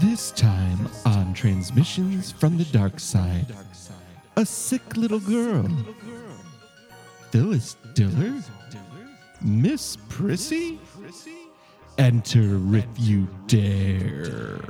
This time on Transmissions from the Dark Side, a sick little girl, Phyllis Diller, Miss Prissy, enter if you dare.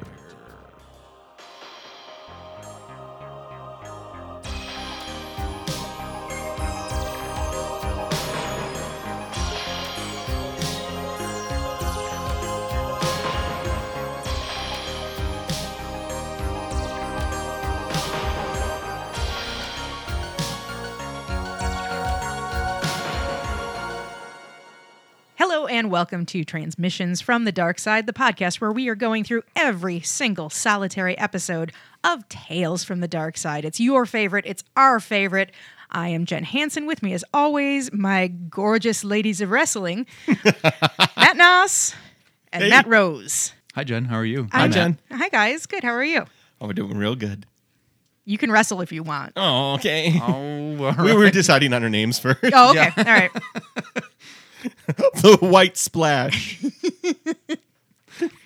Hello and welcome to Transmissions from the Dark Side, the podcast where we are going through every single solitary episode of Tales from the Dark Side. It's your favorite, it's our favorite. I am Jen Hansen. With me, as always, my gorgeous ladies of wrestling, Matt Noss and Matt Rose. Hi, Jen. How are you? Hi, Jen. Hi, guys. Good. How are you? Oh, we're doing real good. You can wrestle if you want. Oh, okay. Oh, all We right. were deciding on our names first. Oh, okay. All right. the White Splash.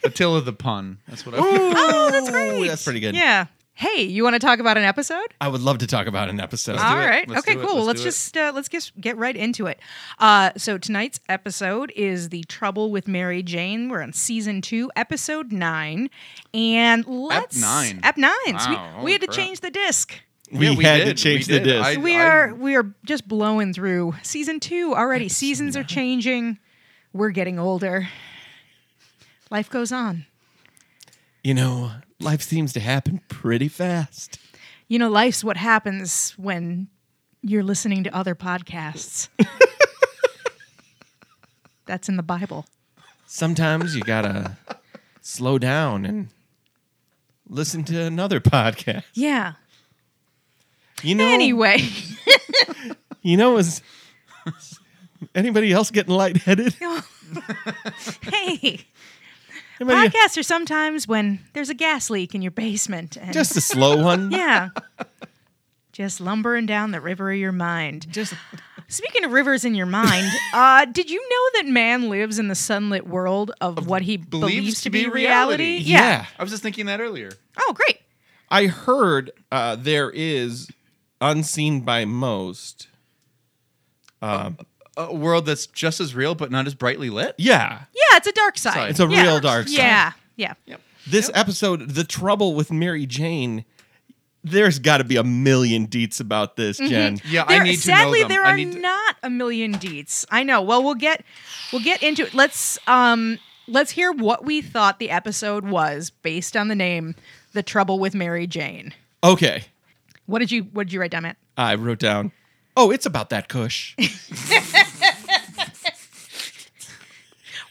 Attila the pun. That's what I. Oh, that's great. That's pretty good. Yeah. Hey, you want to talk about an episode? I would love to talk about an episode. do All it. right. Let's okay. do it. Cool. Let's, Let's do it. just uh, let's just get right into it. Uh, so tonight's episode is the trouble with Mary Jane. We're on season two, episode nine, and let's nine. Ep nine. So we- Wow, we, holy had to crap. change the disc. We, Yeah, we had to did. change We the did. disc. I- We are we are just blowing through season two already. Seasons are changing. We're getting older. Life goes on. you know, life seems to happen pretty fast. You know, life's what happens when you're listening to other podcasts. That's in the Bible. Sometimes you gotta slow down and listen to another podcast. Yeah. You know, Oh. Anyway, you know, is anybody else getting lightheaded? hey, Anybody, podcasts are sometimes when there's a gas leak in your basement and just a slow one. yeah, just lumbering down the river of your mind. Just Speaking of rivers in your mind, uh, did you know that man lives in the sunlit world of, what he believes, to be reality? Yeah. I was just thinking that earlier. Oh, great. I heard uh, there is unseen by most. A world that's just as real but not as brightly lit. Yeah. Yeah, it's a dark side. Side. It's a Yeah. real dark side. Yeah, yeah. Yep. This episode, The Trouble with Mary Jane, there's got to be a million deets about this, Jen. Yeah, There- I need sadly, to know them. there I are need to- not a million deets. I know. Well, we'll get we'll get into it. Let's um let's hear what we thought the episode was based on the name "The Trouble with Mary Jane." Okay. What did you What did you write down, Matt? I wrote down, oh, it's about that cush.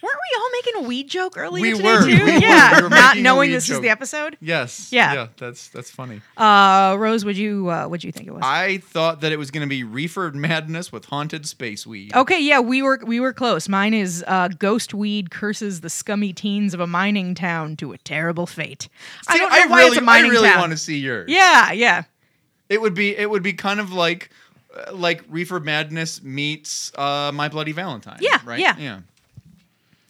Weren't we all making a weed joke earlier We today were. too? We were. yeah, We were not making a knowing weed this is joke. the episode. Yes. Yeah. That's that's funny. Uh, Rose, would you uh, Would you think it was? I thought that it was going to be reefer madness with haunted space weed. Okay, yeah, we were we were close. Mine is uh, ghost weed curses the scummy teens of a mining town to a terrible fate. I See, don't know why really, it's a mining I really town. want to see yours. Yeah, yeah. It would be it would be kind of like uh, like reefer madness meets uh, my bloody Valentine. Yeah, Right. yeah. Yeah.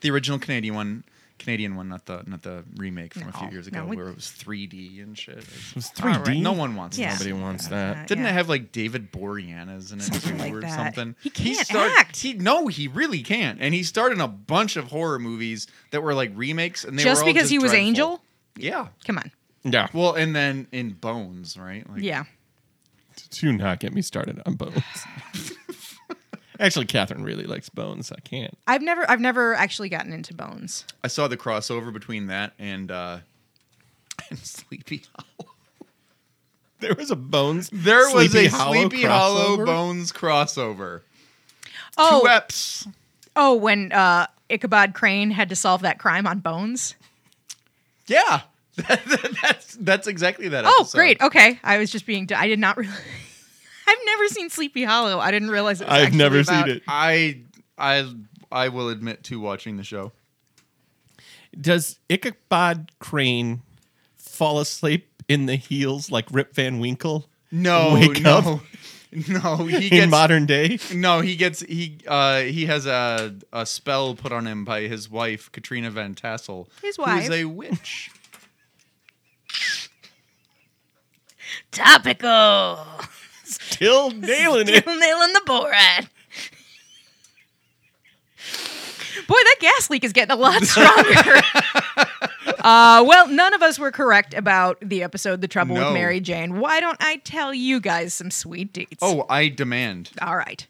The original Canadian one. Canadian one, not the not the remake from a few No, years no, ago, we- where it was 3D and shit. It was All 3D? No one wants Yeah. that. Nobody wants that. Didn't Yeah. it have like David Boreanaz in it Something too, like or that. something? He can't started, act. He no, he really can't. And he starred in a bunch of horror movies that were like remakes, and they just were all because just he was dreadful. Angel? Yeah. Come on. Yeah. Well, and then in Bones, right? Like, Yeah. Do not get me started on bones. Actually, Catherine really likes bones. I can't. I've never I've never actually gotten into Bones. I saw the crossover between that and uh and Sleepy Hollow. There was a bones. There was Sleepy a Sleepy Hollow crossover? Bones crossover. Oh, Two eps. oh, when uh, Ichabod Crane had to solve that crime on Bones. Yeah. that's that's exactly that. uh, Oh, episode. great. Okay, I was just being. I did not realize. I've never seen Sleepy Hollow. I didn't realize it. Was I've actually never about- seen it. I I I will admit to watching the show. Does Ichabod Crane fall asleep in the heels like Rip Van Winkle No, Wake no, no. He in gets modern day? no. He gets he uh he has a a spell put on him by his wife Katrina Van Tassel. His who wife. is a witch. Topical. Still nailing Still it. nailing the Borat. Boy, that gas leak is getting a lot stronger. uh, well, none of us were correct about the episode "The Trouble No. with Mary Jane." Why don't I tell you guys some sweet deeds? Oh, I demand. All right.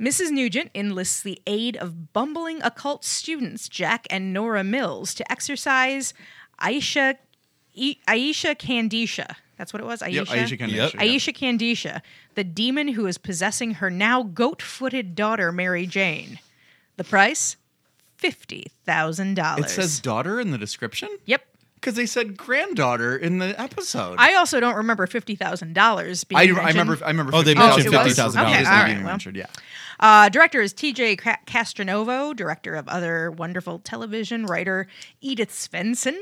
Mrs. Nugent enlists the aid of bumbling occult students Jack and Nora Mills to exercise Aisha I- Aisha Candisha. That's what it was. Aisha. Yep, Aisha Kandisha. Yep. yeah. Aisha Candisha, the demon who is possessing her now goat-footed daughter Mary Jane. The price, fifty thousand dollars. It says daughter in the description Yep. because they said granddaughter in the episode. I also don't remember fifty thousand dollars. I, I remember. I remember. Oh, they $50,000. mentioned $50,000. Okay, all Disney right, being well. mentioned, yeah. Uh, director is TJ Ca- Castronovo, director of other wonderful television, writer Edith Svensson,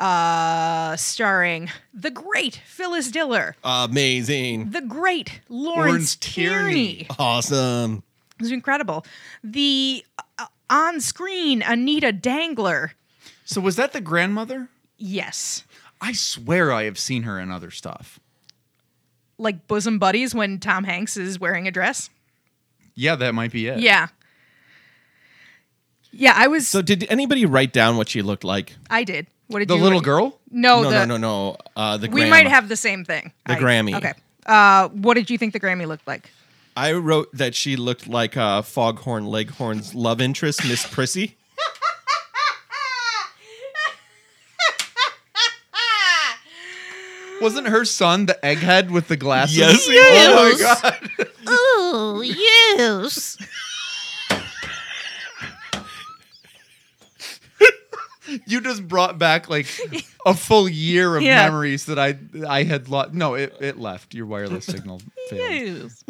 uh, starring the great Phyllis Diller, Amazing. the great Lawrence, Lawrence Tierney. Tierney. Awesome. It was incredible. The uh, on screen Anita Dangler. So was that the grandmother? Yes. I swear I have seen her in other stuff. Like bosom buddies when Tom Hanks is wearing a dress. Yeah, that might be it. Yeah. Yeah, I was. So, did anybody write down what she looked like? I did. What did The you? little girl? No, no, Oh, the, no, no, no. Uh, the We grandma. might have the same thing. The Grammy. Okay. Uh, what did you think the Grammy looked like? I wrote that she looked like uh, Foghorn Leghorn's love interest, Miss Prissy. Wasn't her son the egghead with the glasses? Yes, he Oh was. my god. Ooh, yes. You just brought back like a full year of Yeah. memories that I I had lost. No, it, it left. Your wireless signal failed. yes.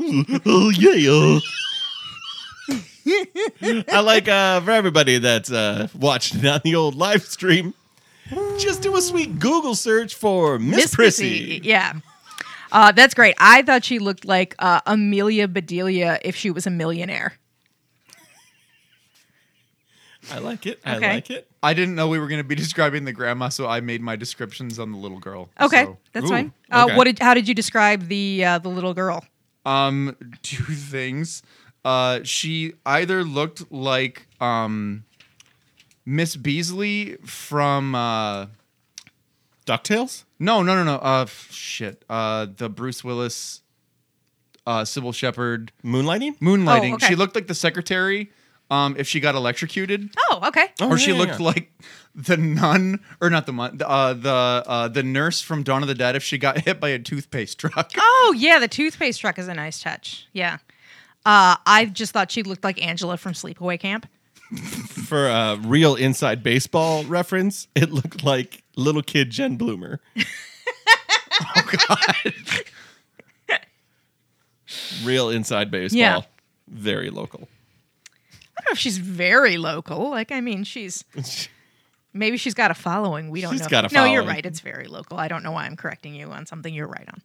oh yeah. I like uh, for everybody that's uh, watching it on the old live stream. Just do a sweet Google search for Miss, Prissy. Yeah. Uh, that's great. I thought she looked like uh, Amelia Bedelia if she was a millionaire. I like it. Okay. I like it. I didn't know we were going to be describing the grandma, so I made my descriptions on the little girl. Okay, So, that's Ooh, fine. Uh, okay. What did? How did you describe the uh, the little girl? um, two things. Uh, she either looked like um, Miss Beasley from uh, Ducktales. No, no, no, no. Uh, f- shit. Uh, the Bruce Willis, uh, Sybil Shepherd, Moonlighting. moonlighting. Oh, okay. She looked like the secretary. Um, if she got electrocuted, Oh, okay. Oh, or she yeah, looked yeah. like the nun, or not the nun, the, uh, the uh, the nurse from Dawn of the Dead. If she got hit by a toothpaste truck. Oh, yeah. The toothpaste truck is a nice touch. Yeah. Uh, I just thought she looked like Angela from Sleepaway Camp. for a real inside baseball reference, it looked like little kid Jen Oh, Bloomer. oh god. real inside baseball. Yeah. Very local. I don't know if she's very local. Like, I mean, she's maybe she's got a following. We don't She's know. got a no, you're following. right. It's very local. I don't know why I'm correcting you on something you're right on.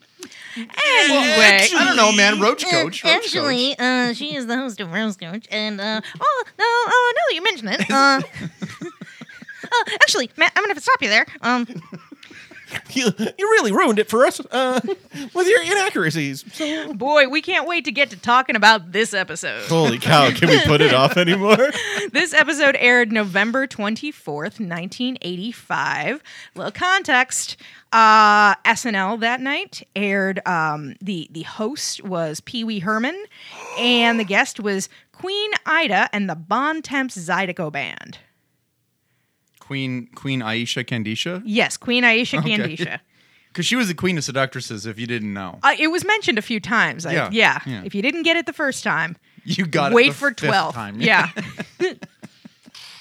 Anyway, I don't know, man. Roach coach. Roach coach. Actually, uh, she is the host of Rose Coach, and uh, oh no, oh no, you mentioned it. Uh, uh, actually, Matt, I'm gonna have to stop you there. Um, you, you really ruined it for us uh, with your inaccuracies. So- oh boy, we can't wait to get to talking about this episode. Holy cow, can we put it off anymore? This episode aired November 24th, 1985. Little context. Uh, SNL that night aired um, the the host was Pee Wee Herman, and the guest was Queen Ida and the Bon Temps Zydeco Band. Queen Queen Aisha Candisha, Yes, Queen Aisha Okay. Candisha. because she was the queen of seductresses. If you didn't know, Uh, it was mentioned a few times. I- Yeah, yeah, yeah. If you didn't get it the first time, you got it wait the for fifth 12. time. Yeah.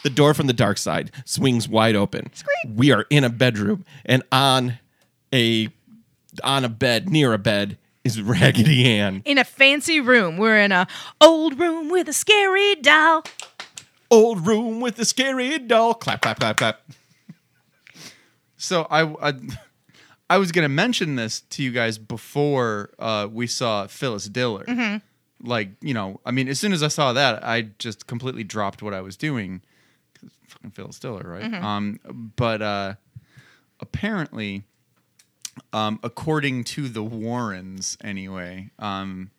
The door from the dark side swings wide open. We are in a bedroom, and on a on a bed near a bed is Raggedy Ann. in a fancy room. We're in a old room with a scary doll. Old room with the scary doll. Clap, clap, clap, clap. So I, I, I was gonna mention this to you guys before uh, we saw Phyllis Diller. Mm-hmm. Like you know, I mean, as soon as I saw that, I just completely dropped what I was doing. 'Cause Mm-hmm. Fucking Phyllis Diller, right? Um, but uh, apparently, um, according to the Warrens, anyway. Um,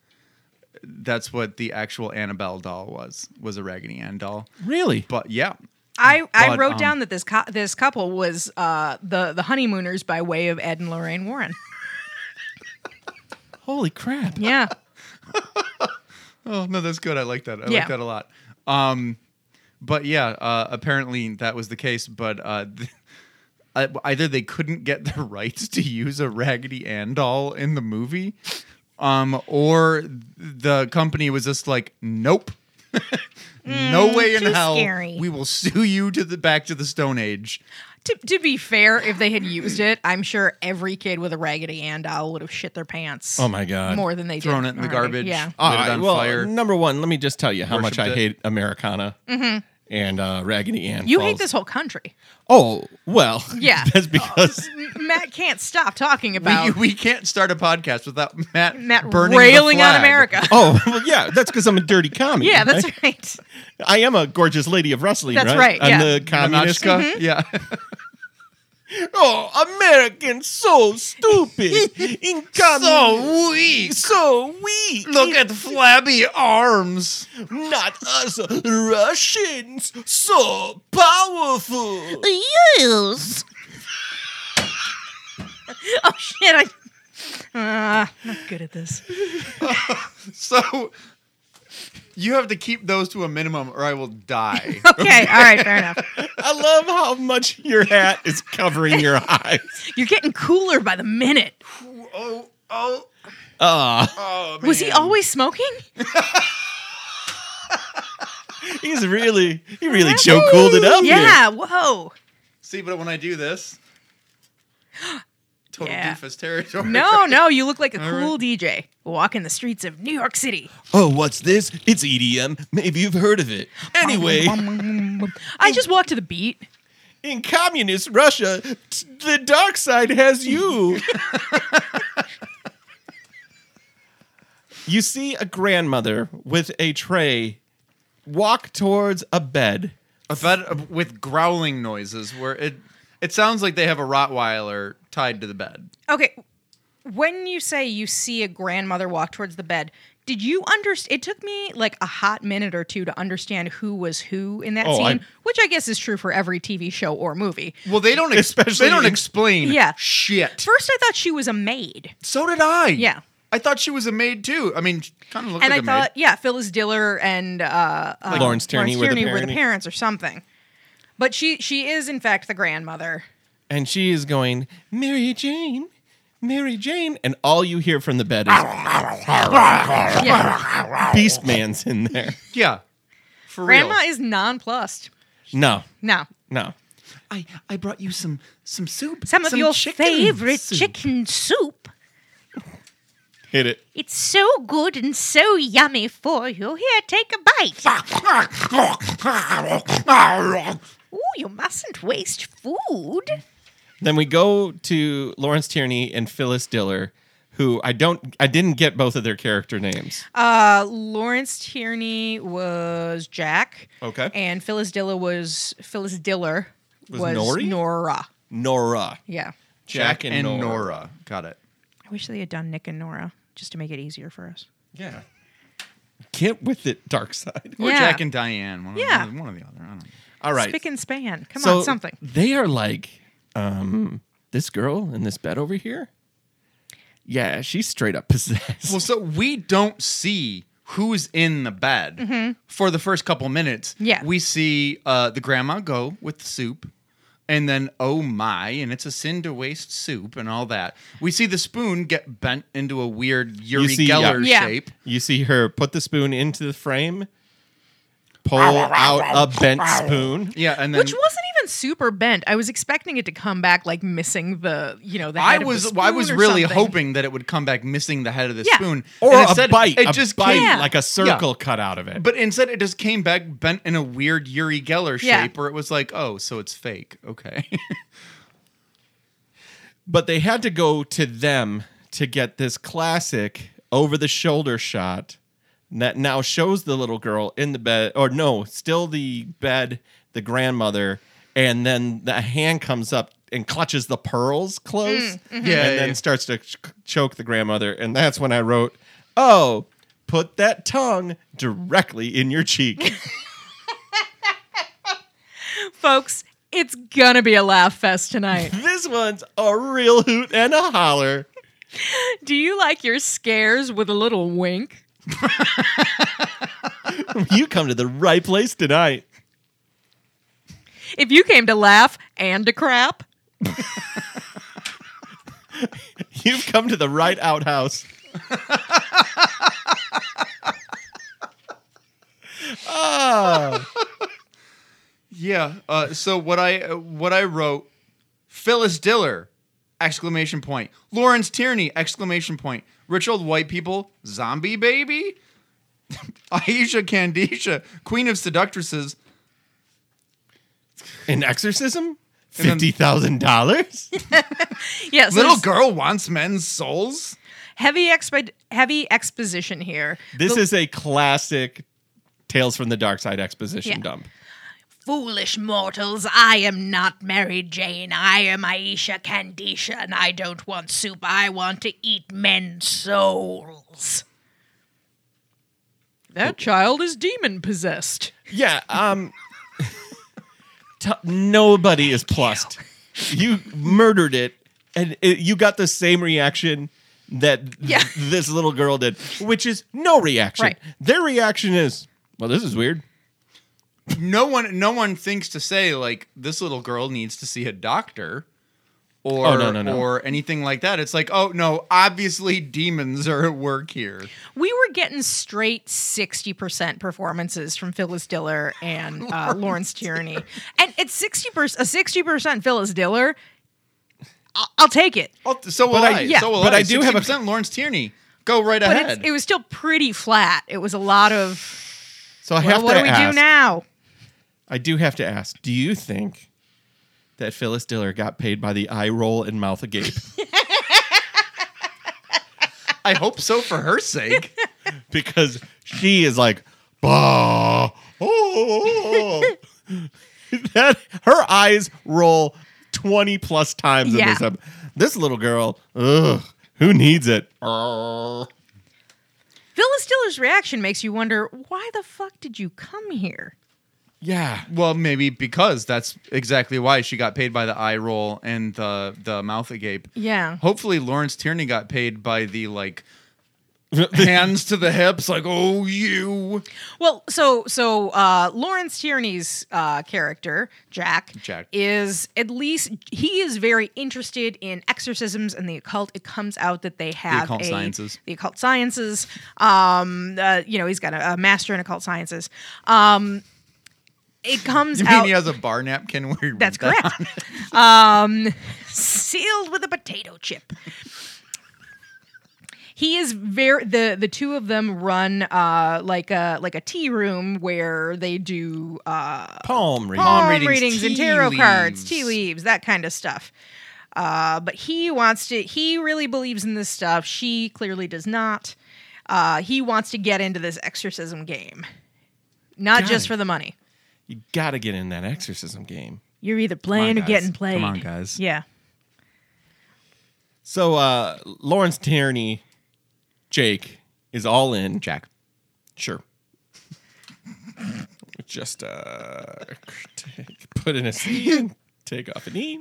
that's what the actual Annabelle doll was was a Raggedy Ann doll. Really? But yeah, I, I But, wrote um, down that this cou- this couple was uh, the the honeymooners by way of Ed and Lorraine Warren. Holy crap. Yeah, Oh no, that's good. I like that. I Yeah. like that a lot. Um, but yeah, uh, apparently that was the case. But uh, th- I- either they couldn't get the rights to use a Raggedy Ann doll in the movie, um, or the company was just like, nope. Hmm, no way in too hell scary. we will sue you to the back to the stone age to, to be fair, if they had used it, I'm sure every kid with a Raggedy Ann doll would have shit their pants. Oh my God. More than they thrown did it in the already. garbage Oh, Yeah, All lit it right, on Uh, well, fire number one, let me just tell you how much I Worshipped it. hate Americana and uh, Raggedy Ann. Mm-hmm. you falls. hate this whole country. Oh well, Yeah. Oh, that's because Matt can't stop talking we, about we can't start a podcast without matt Matt burning the railing on flag. America. oh well, yeah, that's because I'm a dirty commie. yeah, that's I, right. I am a gorgeous lady of wrestling. That's right. right, I'm yeah. the communist. Anatchka? Mm-hmm. yeah Oh, Americans so stupid, incompetent, so weak. so weak. Look at flabby arms. not us Russians, so powerful. Yes. Oh shit! I, uh, not good at this. So you have to keep those to a minimum or I will die. Okay, all right, fair enough. I love how much your hat is covering your eyes. You're getting cooler by the minute. oh, oh, Ah. oh. Was he man. always smoking? He's really, he really choke cooled it up. there. Yeah. Whoa. See, but when I do this, total Yeah. doofus territory. No, no, you look like a All right. cool DJ walking the streets of New York City. Oh, what's this? It's EDM. Maybe you've heard of it. Anyway, I just walk to the beat. in communist Russia, t- the dark side has you. you see a grandmother with a tray walk towards a bed. A bed of- uh, with growling noises where it it sounds like they have a Rottweiler tied to the bed. Okay. When you say you see a grandmother walk towards the bed, did you understand? It took me like a hot minute or two to understand who was who in that Oh, I- scene, which I guess is true for every TV show or movie. Well, they don't ex- Especially they don't in- explain Yeah. shit. First, I thought she was a maid. so did I. Yeah. I thought she was a maid too. I mean, kind of looked and I like a maid. thought, yeah, Phyllis Diller and uh, uh, Lawrence Tierney were the were the parent- parents or something. But she she is in fact the grandmother. And she is going, Mary Jane, Mary Jane. And all you hear from the bed is Yeah. Beast Man's in there. Yeah. For Grandma real. is nonplussed. No, No, no. I, I brought you some some soup. Some of your chicken favorite soup. chicken soup. Hit it. It's so good and so yummy for you. Here, take a bite. Ooh, you mustn't waste food. Then we go to Lawrence Tierney and Phyllis Diller, who I don't, I didn't get both of their character names. uh, Lawrence Tierney was Jack. Okay. and Phyllis Diller was Phyllis Diller was, Was Nori? Nora. Nora, Yeah, Jack, and, Nora. Got it. I wish they had done Nick and Nora just to make it easier for us. Yeah. Get with it, Dark Side. Or Yeah. Jack and Diane. One, Yeah. Of, one or the other. I don't know. All right. Spick and span. Come so on, something. They are like, um, this girl in this bed over here. Yeah, she's straight up possessed. Well, so we don't see who's in the bed for the first couple minutes. Yeah. We see uh, the grandma go with the soup. And then, oh my, and it's a sin to waste soup and all that. We see the spoon get bent into a weird Uri see, yeah. Geller Yeah. shape. you see her put the spoon into the frame, pull out a bent spoon. Yeah, and then Which wasn't even super bent. I was expecting it to come back like missing the you know the. I head of the was I spoon was or really something. hoping that it would come back missing the head of the Yeah. spoon Or And a instead, bite. It a just bite, came, Yeah. like a circle cut out of it. but instead it just came back bent in a weird Yuri Geller Yeah. shape, where it was like, oh, so it's fake. Okay, but they had to go to them to get this classic over the shoulder shot that now shows the little girl in the bed or no still the bed the grandmother and then the hand comes up and clutches the pearls close, and Yeah, yeah, then yeah. starts to ch- choke the grandmother. And that's when I wrote, "Oh, put that tongue directly in your cheek." Folks, it's gonna be a laugh fest tonight. this one's a real hoot and a holler. Do you like your scares with a little wink? You come to the right place tonight. If you came to laugh and to crap, You've come to the right outhouse. Ah, Yeah. Uh, so what I uh, what I wrote, Phyllis Diller, exclamation point. Lawrence Tierney, exclamation point. Rich old white people, zombie baby. Aisha Candisha, queen of seductresses. an exorcism? And then- Fifty thousand dollars? yes, Little there's girl wants men's souls. heavy expo- heavy exposition here. This The is a classic Tales from the Dark Side exposition Yeah. dump. Foolish mortals, I am not Mary Jane. I am Aisha Candisha, and I don't want soup. I want to eat men's souls. that child is demon possessed. Yeah. Um. t- nobody is plussed. You murdered it, and it, you got the same reaction that th- Yeah. this little girl did, which is no reaction. Right. Their reaction is, "Well, this is weird." No one no one thinks to say like this little girl needs to see a doctor. Or, Oh, no, no, no. or anything like that. It's like, oh no, obviously demons are at work here. We were getting straight sixty percent performances from Phyllis Diller and uh, Lawrence Tierney, and it's sixty percent a sixty percent Phyllis Diller. I'll, I'll take it, Oh, so will I- I. yeah. So will But I. I do have a- 60% Lawrence Tierney. Go right but ahead. it's, it was still pretty flat. It was a lot of So I well, have what to do we ask. do now? I do have to ask. Do you think that Phyllis Diller got paid by the eye roll and mouth agape? I hope so for her sake. because she is like, bah, oh. that her eyes roll twenty plus times in Yeah. this. ep- This little girl, ugh, who needs it? Phyllis Diller's reaction makes you wonder why the fuck did you come here? Yeah, well, maybe because that's exactly why she got paid by the eye roll and the the mouth agape. Yeah. Hopefully, Lawrence Tierney got paid by the like hands to the hips, like oh you Well, so so uh, Lawrence Tierney's uh, character Jack, Jack. is at least he is very interested in exorcisms and the occult. It comes out that they have occult a- sciences. the occult sciences. Um, uh, you know, he's got a, a master in occult sciences. Um, it comes You mean out. he has a bar napkin where he That's reads that? correct. um, sealed with a potato chip. He is very the the two of them run uh like a like a tea room where they do uh palm reading. palm readings, readings, and tea tarot cards, tea leaves. leaves, that kind of stuff. Uh, but he wants to. He really believes in this stuff. She clearly does not. Uh, he wants to get into this exorcism game, not Got just it. for the money. You gotta get in that exorcism game. You're either playing or guys. getting Come played. on, guys. Yeah. So uh Lawrence Tierney, Jake is all in. Jack. Sure. Just uh, take, put in a C and take off an E.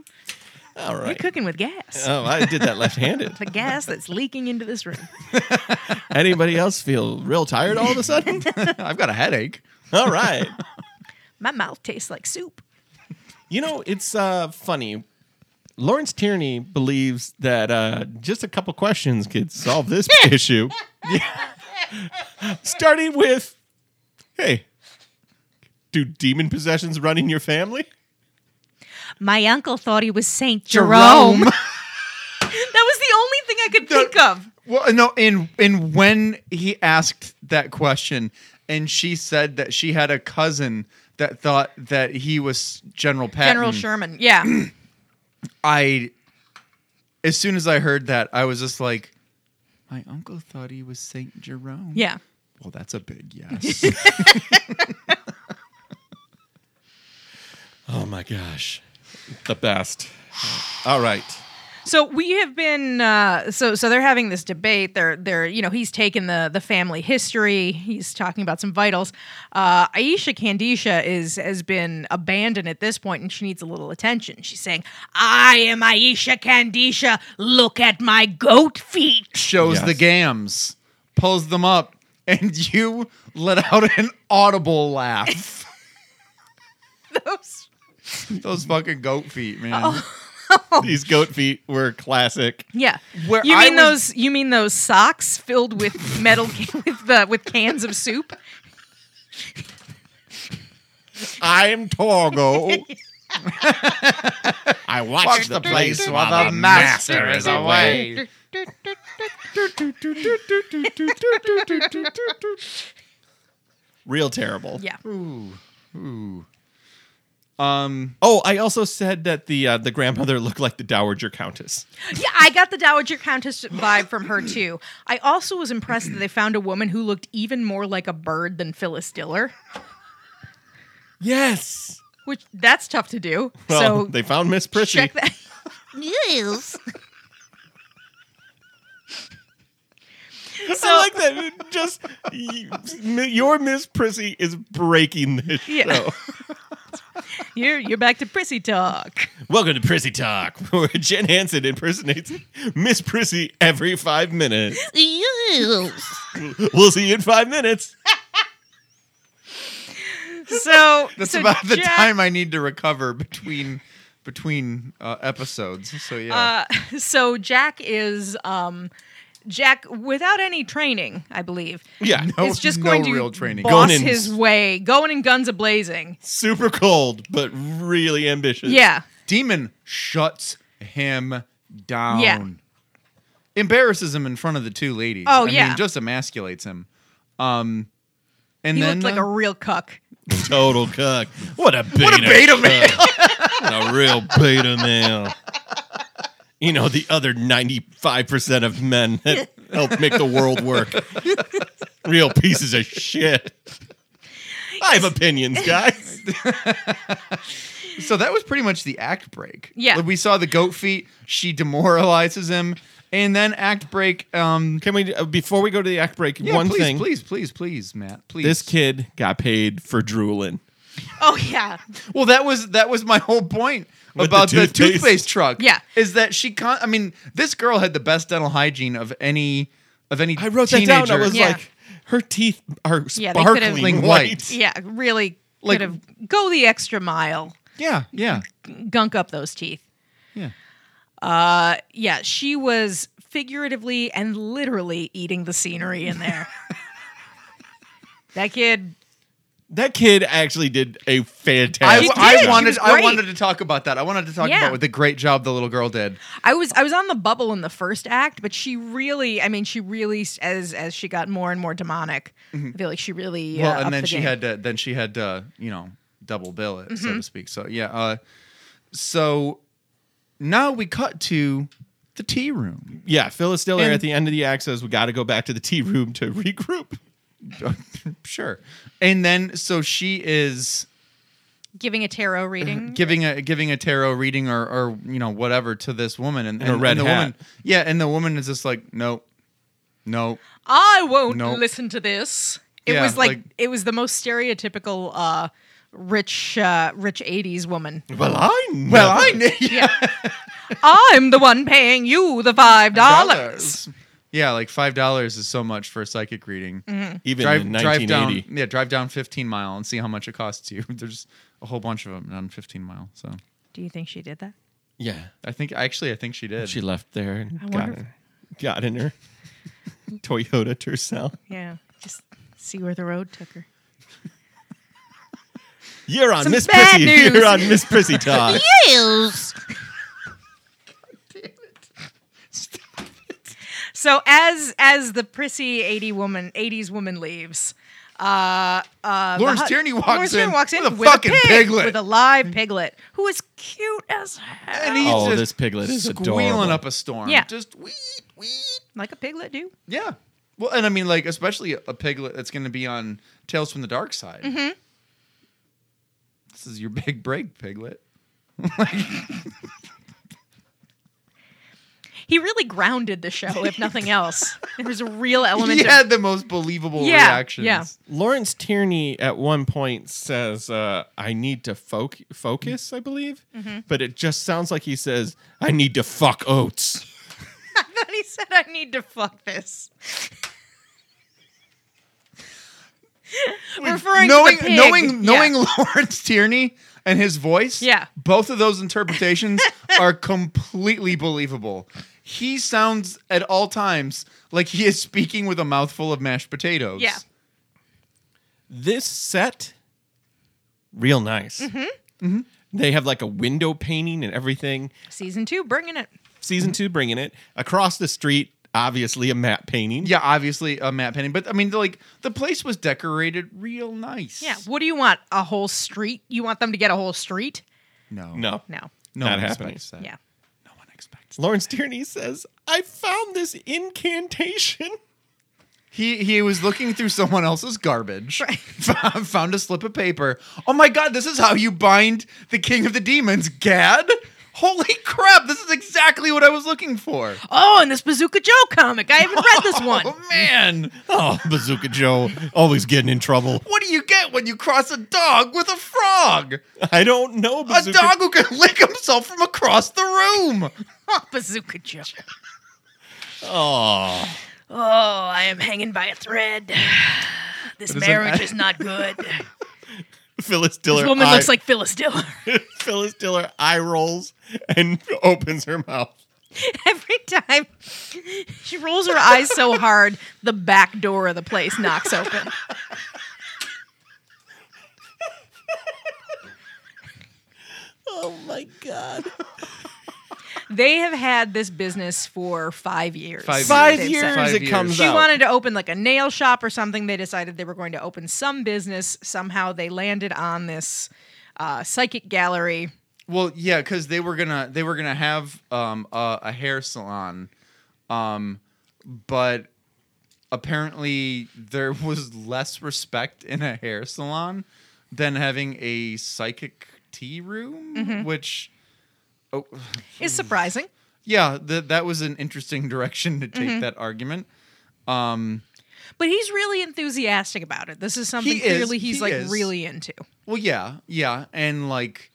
All right. Cooking with gas. Oh, I did that left-handed. the gas that's leaking into this room. Anybody else feel real tired all of a sudden? I've got a headache. All right. My mouth tastes like soup. You know, it's uh, funny. Lawrence Tierney believes that uh, just a couple questions could solve this issue. Starting with, hey, do demon possessions run in your family? My uncle thought he was Saint Jerome. that was the only thing I could think of. Well, uh, no, and and when he asked that question, and she said that she had a cousin that thought that he was General Patton. General Sherman. Yeah. I, as soon as I heard that, I was just like, my uncle thought he was Saint Jerome. Yeah. Well, that's a big yes. Oh my gosh. The best. All right. So we have been uh, so so they're having this debate. They're they're you know he's taken the the family history. He's talking about some vitals. Uh, Aisha Candisha is has been abandoned at this point, and she needs a little attention. She's saying, I am Aisha Candisha. Look at my goat feet. Shows the Yes. gams, pulls them up, and you let out an audible laugh. "Those Those fucking goat feet, man. Oh, Oh. These goat feet were classic. yeah, Where you I mean was- those you mean those socks filled with metal ca- with uh, with cans of soup? I'm Torgo. I watch, Watch the place while the master is away. Real terrible. Yeah, Ooh, ooh. Um, Oh, I also said that the uh, the grandmother looked like the Dowager Countess. yeah. I got the Dowager Countess vibe from her too. I also was impressed that they found a woman who looked even more like a bird than Phyllis Diller. Yes. which that's tough to do. Well, so they found Miss Prissy. check that. Yes. I like that. Just y- your Miss Prissy is breaking this Yeah. show. You're you're back to prissy talk. Welcome to Prissy Talk, where Jen Hansen impersonates Miss Prissy every five minutes. Yes. We'll see you in five minutes. So that's so about the Jack- time I need to recover between between uh, episodes. So yeah, Uh, so Jack is um, Jack without any training, I believe. Yeah. No- it's just Oh, no going to real training. boss Going in- his way, going in guns a blazing. Super cold, but really ambitious. Yeah, demon shuts him down. Yeah. embarrasses him in front of the two ladies. Oh, I yeah. mean, just emasculates him. Um, and he then looked like uh, a real cuck. Total cuck. What a beta. beta cuck. What a real beta male. You know, the other 95% of men that help make the world work. Real pieces of shit. I have opinions, guys. So that was pretty much the act break. Yeah. Like, we saw the goat feet. She demoralizes him, and then act break. Um, Can we, uh, before we go to the act break, yeah, one please, thing. please, please, please, Matt, please. This kid got paid for drooling. Oh yeah, Well, that was that was my whole point With about the the toothpaste. toothpaste. truck. Yeah. is that she? Con- I mean, this girl had the best dental hygiene of any of any. I wrote teenager. that down. I was Yeah. like, her teeth are Yeah, they could've- sparkling Like white. white. yeah, really Like- could have go the extra mile, yeah, yeah, gunk up those teeth. yeah. Uh, yeah, she was figuratively and literally eating the scenery in there. that kid, That kid actually did a I, fantastic. I did. She wanted was I great. wanted to talk about that. I wanted to talk Yeah. about what the great job the little girl did. I was I was on the bubble in the first act, but she really, I mean, she really as as she got more and more demonic, I feel like she really. uh, Mm-hmm. well, upped and then the she game. Mm-hmm. had to, then she had to, you know double bill it so to speak. So yeah, uh, so now we cut to the tea room. yeah, Phyllis Diller And- at the end of the act says we got to go back to the tea room to regroup. sure, and then so she is giving a tarot Mm-hmm. reading. giving a giving a tarot reading or or you know whatever to this woman and, a and, red and the hat. woman yeah and the woman is just like no no I won't Nope. listen to this. It Yeah, was like, like- it was the most stereotypical uh, rich uh, rich eighties woman. Well, I never. well I knew I'm the one paying you the five dollars. yeah like five dollars is so much for a psychic reading even in drive drive 1980. down yeah drive down 15 mile and see how much it costs you there's a whole bunch of them on 15 mile so Do you think she did that? Yeah, I think actually I think she did she left there and got wonder in, got in her Toyota Tercel. Yeah, just see where the road took her. You're on Some Miss bad Prissy. news. You're on Miss Prissy Talk. Yes. So as as the prissy eighty woman eighties woman leaves, uh, uh, Lawrence the hu- Tierney walks Lawrence Tierney in walks in with a fucking pig, piglet. with a live piglet who is cute as hell, and he's Oh, just this piglet is squealing adorable. up a storm Yeah. just wheat wheat like a piglet do. Yeah. Well, and I mean, like, especially a piglet that's going to be on Mm-hmm. Tales from the Dark Side. This is your big break, piglet. He really grounded the show, if nothing else. There was a real element he of had the most believable Yeah, reactions. yeah. Lawrence Tierney at one point says, uh, I need to fo- focus, I believe. Mm-hmm. But it just sounds like he says, I need to fuck oats. that. He said, I need to fuck this. Referring knowing to the pig. knowing Yeah. knowing Lawrence Tierney and his voice, Yeah. both of those interpretations are completely believable. He sounds at all times like he is speaking with a mouthful of mashed potatoes. Yeah. This set, real nice. Mm-hmm. Mm-hmm. They have like a window painting and everything. Season two, bringing it. Season two, bringing it. Across the street, obviously a map painting. Yeah, obviously a matte painting, but I mean, like the place was decorated real nice. Yeah. What do you want? A whole street? You want them to get a whole street? No. No. No. No Not one happening. expects that. Yeah. No one expects. That. Lawrence Tierney says, I found this incantation. He he was looking through someone else's garbage. Right. Found found a slip of paper. Oh my god, this is how you bind the king of the demons, Gad. Holy crap, this is exactly what I was looking for. Oh, and this Bazooka Joe comic. I haven't read this one. Oh man, Oh, Bazooka Joe, always getting in trouble. what do you get when you cross a dog with a frog? I don't know, A Bazooka dog who can lick himself from across the room. Oh, Bazooka Joe. Oh. Oh, I am hanging by a thread. This It is an- marriage is not good. Phyllis Diller. This woman eye- looks like Phyllis Diller. Phyllis Diller eye rolls and opens her mouth. Every time she rolls her eyes so hard, the back door of the place knocks open. Oh my god! They have had this business for five years. Five Five They've years said. Five it years. comes She out. wanted to open like a nail shop or something. They decided they were going to open some business. Somehow they landed on this uh, psychic gallery. Well, yeah, because they were gonna they were gonna have um, a, a hair salon, um, but apparently there was less respect in a hair salon than having a psychic tea room, which oh, Is surprising. yeah, that that was an interesting direction to take that argument. Um, But he's really enthusiastic about it. This is something He is. clearly he's He like is. really into. Well, yeah, yeah, and like,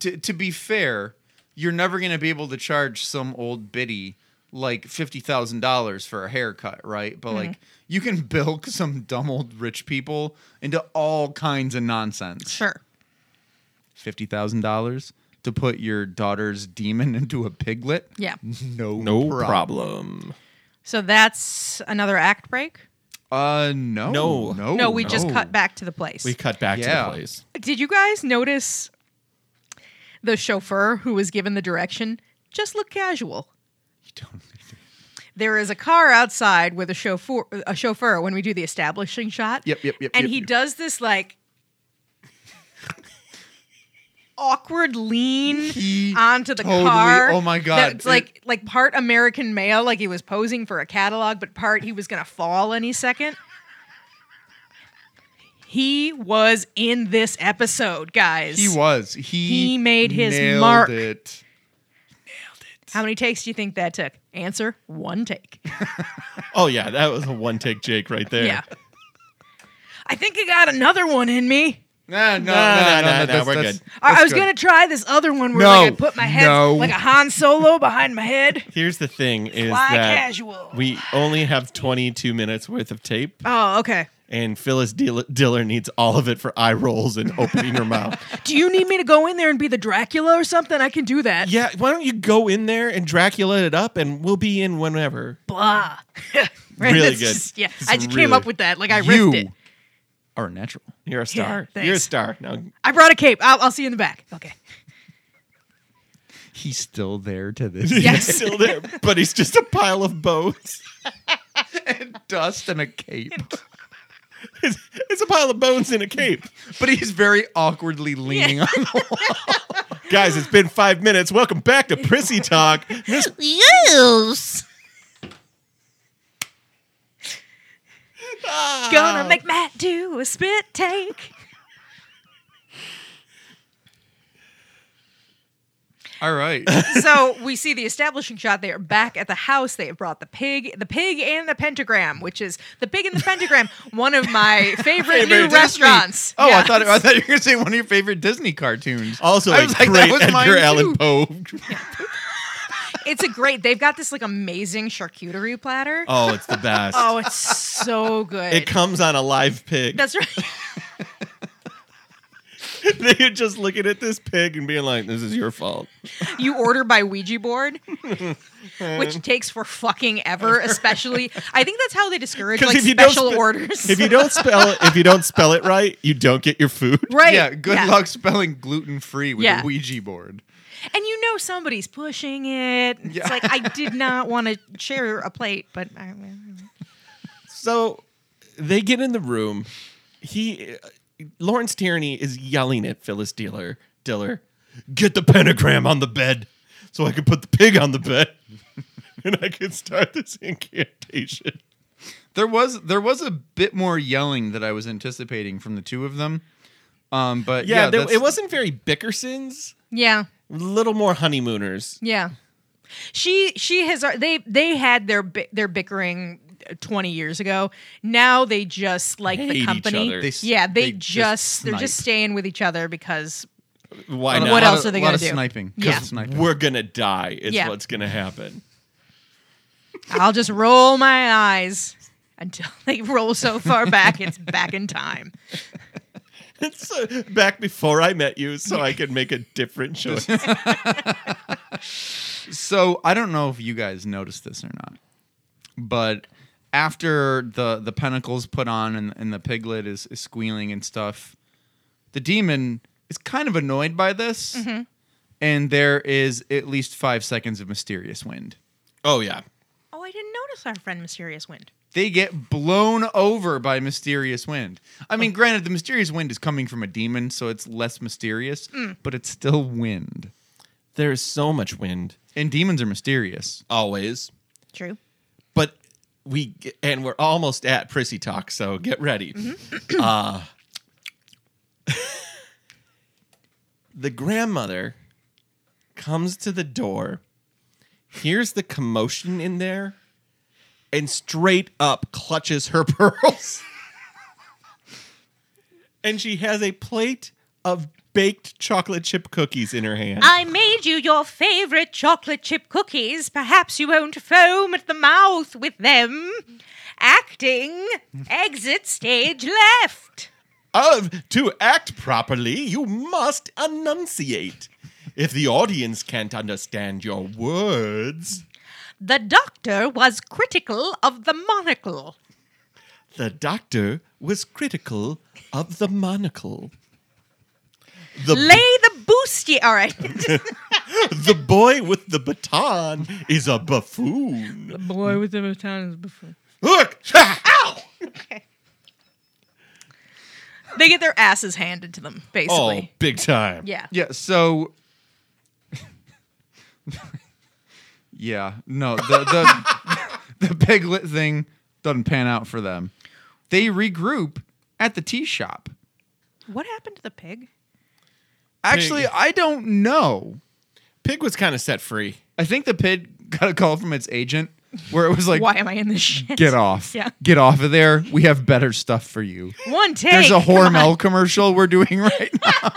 to to be fair, you're never gonna be able to charge some old biddy like fifty thousand dollars for a haircut, right? But Mm-hmm. like, you can bilk some dumb old rich people into all kinds of nonsense. Sure. Fifty thousand dollars to put your daughter's demon into a piglet? Yeah. No, No prob- problem. So that's another act break. Uh, no, No. no, no, we just Oh, no. cut back to the place. We cut back to Yeah. the place. Did you guys notice the chauffeur who was given the direction just look casual? You don't- There is a car outside with a chauffeur a chauffeur when we do the establishing shot. Yep, yep, yep, And yep, he yep. does this like awkward lean He onto the totally- car. oh my God, It's it- like like part American male, like he was posing for a catalog, but part he was gonna fall any second. He was in this episode, guys. He was. He He made his nailed mark. It. How many takes do you think that took? Answer one take. Oh yeah, that was a one take Jake right there. Yeah. I think I got another one in me. Nah, No, no, no, no, we're good. I- I that's was good. gonna try this other one where No. like I put my head No. like a Han Solo behind my head. Here's the thing: is Fly that casual. we only have 22 minutes worth of tape, Oh, okay. and Phyllis Dil- Diller needs all of it for eye rolls and opening her mouth. Do you need me to go in there and be the Dracula or something? I can do that. Yeah, why don't you go in there and Dracula it up, and we'll be in whenever. Blah. Right? Really That's good. just- yeah, It's I just came really- up with that. Like I ripped it. you are a natural. You're a star. thanks. You're a star. Now I brought a cape. I'll, I'll see you in the back. Okay. He's still there to this Yes. He's still there, but he's just a pile of bones. dust and a cape. It's, it's a pile of bones in a cape. But he's very awkwardly leaning on the wall. Guys, it's been five minutes. Welcome back to Prissy Talk. Miss Yes. Gonna make Matt do a spit take. All right. so we see the establishing shot. They are back at the house. They have brought the pig, the pig and the pentagram, which is the pig and the pentagram, one of my favorite Favorite new Disney. restaurants. Oh, I Yes. thought I thought you were gonna say one of your favorite Disney cartoons. Also, I a was like, that great was mine Edgar Allan too. Poe. it's a great. They've got this like amazing charcuterie platter. Oh, Oh, it's the best. it's so good. it comes on a live pig. That's right. They're just looking at this pig and being like, "This is your fault." You order by Ouija board, which takes for fucking ever. Especially, I think that's how they discourage like special spe- orders. if you don't spell it, if you don't spell it right, you don't get your food. right? Yeah. Good luck spelling gluten free with Yeah. a Ouija board. And you know somebody's pushing it. It's Yeah. like I did not want to share a plate, but I, So they get in the room. He, Lawrence Tierney, is yelling at Phyllis Diller. Diller, get the pentagram on the bed, so I can put the pig on the bed, and I can start this incantation. There was there was a bit more yelling that I was anticipating from the two of them. Um, but yeah, Yeah, there- that's- it wasn't very Bickersons. yeah, Little more honeymooners. yeah. She she has uh, they they had their bi- their bickering uh, twenty years ago. Now they just like Hate the each company. other. They s- yeah, they, they just, just they're just snipe. staying with each other because Why A lot not? What of- a lot else of- are they a lot gonna of do? Sniping. 'cause Yeah. of sniping. We're gonna die. Is Yeah. what's gonna happen. I'll just roll my eyes until they roll so far back it's back in time. It's uh, back before I met you, so I could make a different choice. So I don't know if you guys noticed this or not, but after the the pentacles put on and, and the piglet is, is squealing and stuff, the demon is kind of annoyed by this, and there is at least five seconds of mysterious wind. oh yeah. Oh, I didn't notice our friend Mysterious Wind. They get blown over by mysterious wind. I mean, granted, the mysterious wind is coming from a demon, so it's less mysterious, but it's still wind. There is so much wind And demons are mysterious. always, True. but we and we're almost at prissy talk, so get ready. uh, the grandmother comes to the door, hears the commotion in there, and straight up clutches her pearls. and she has a plate of baked chocolate chip cookies in her hand. I made you your favorite chocolate chip cookies. Perhaps you won't foam at the mouth with them. Acting, exit stage left. Of to act properly, you must enunciate. If the audience can't understand your words, The doctor was critical of the monocle. the doctor was critical of the monocle. The, Lay the boosty. All right. the boy with the baton is a buffoon. Boy with the batons before. Look! Ow! They get their asses handed to them, Oh, basically. big time. Yeah. Yeah, so Yeah, no, the the the piglet thing doesn't pan out for them. They regroup at the tea shop. What happened to the pig? Actually, I don't know. Pig was kind of set free. I think the pig got a call from its agent where it was like Why am I in this shit? get off. Yeah. Get off of there. We have better stuff for you. One take. There's a come on. Hormel commercial we're doing right now.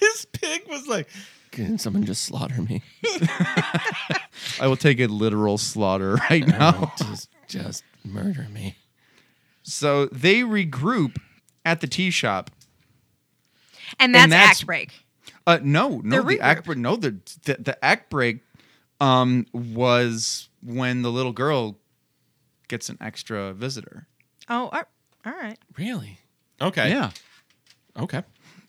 This pig was like, can someone just slaughter me? I will take a literal slaughter right now. Just, just murder me. So they regroup at the tea shop And that's, And that's- act break. Uh, no, no, They're the act regrouped. break. No, the, the the act break, um, was when the little girl gets an extra visitor. Oh, all all right. Really? Okay. Yeah, Okay.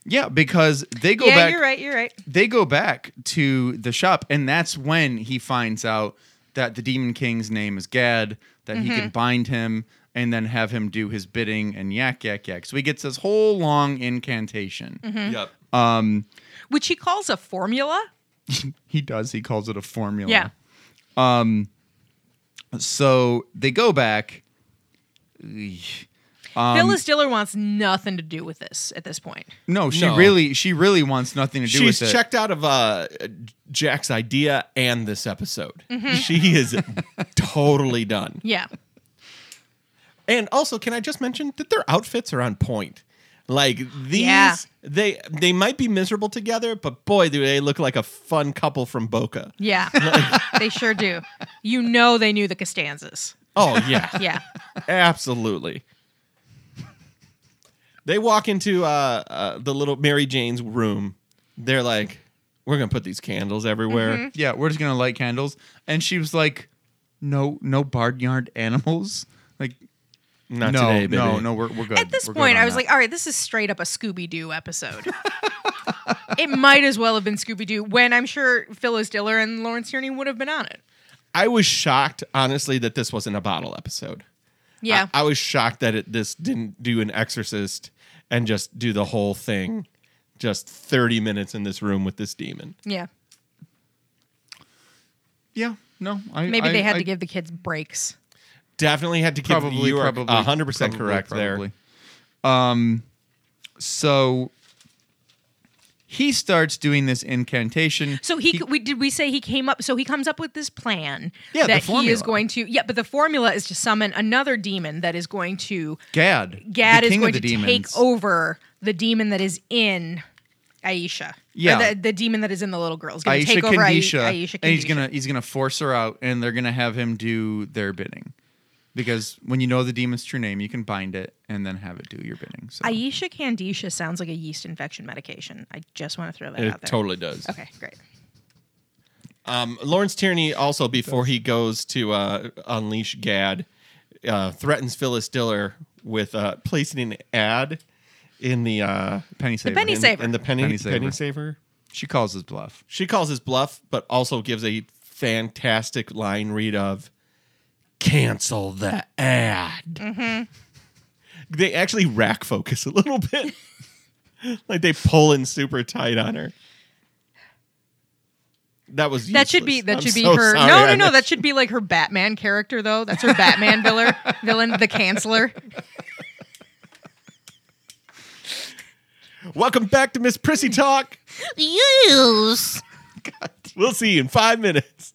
yeah, because they go yeah, back. you're right. You're right. They go back to the shop, and that's when he finds out that the Demon King's name is Gad. That he Mm-hmm. can bind him and then have him do his bidding and yak yak yak. So he gets this whole long incantation. Mm-hmm. Yep. Um, Which he calls a formula. he does. He calls it a formula. Yeah. So they go back. Phyllis Diller wants nothing to do with this at this point. No, she No. really, she really wants nothing to do She's with it. checked out of uh, Jack's idea and this episode. She is totally done. Yeah. And also, can I just mention that their outfits are on point? Like these, Yeah. they they might be miserable together, but boy, do they look like a fun couple from Boca. Yeah. they sure do. You know they knew the Costanzas. Oh yeah, Yeah. absolutely. They walk into uh, uh, the little Mary Jane's room. They're like, "We're gonna put these candles everywhere." Yeah, we're just gonna light candles. And she was like, "No, no barnyard animals. Like, Not no, today, baby. no, no, we're we're good. At this We're good point, on I was that. like, all right, this is straight up a Scooby Doo episode. it might as well have been Scooby Doo when I'm sure Phyllis Diller and Lawrence Tierney would have been on it. I was shocked, honestly, that this wasn't a bottle episode. Yeah. I, I was shocked that it, this didn't do an exorcist and just do the whole thing, just 30 minutes in this room with this demon. yeah. yeah, no, I, Maybe I- they had I to give the kids breaks. Definitely had to give probably you are probably 100% probably, correct there. Um, so he starts doing this incantation. So he, we did we say he came up so he comes up with this plan Yeah, the that he is formula. going to yeah but the formula is to summon another demon that is going to Gad, Gad the is king going to of the demons. take over the demon that is in Aisha. Or Yeah. the, the demon that is in the little girl is going to Aisha take over Ai- Kandisha, Aisha. and he's Kandisha. gonna he's gonna force her out, and they're gonna have him do their bidding, because when you know the demon's true name, you can bind it and then have it do your bidding. So Aisha Candisha sounds like a yeast infection medication. I just want to throw that It out there. totally does. Okay, great. Um, Lawrence Tierney also, before he goes to uh, unleash Gad, uh, threatens Phyllis Diller with uh, placing an ad in the uh, penny saver. penny in, saver. in the penny, Penny saver. penny saver. She calls his bluff. She calls his bluff, but also gives a fantastic line read of cancel the ad. Mm-hmm. They actually rack focus a little bit. like they pull in super tight on her. That was That should be useless. that I'm should be so her. sorry No, I no, no. missed- That should be like her Batman character though. That's her Batman villain, villain, the Chancellor. Welcome back to Miss Prissy Talk. Yes. We'll see you in five minutes.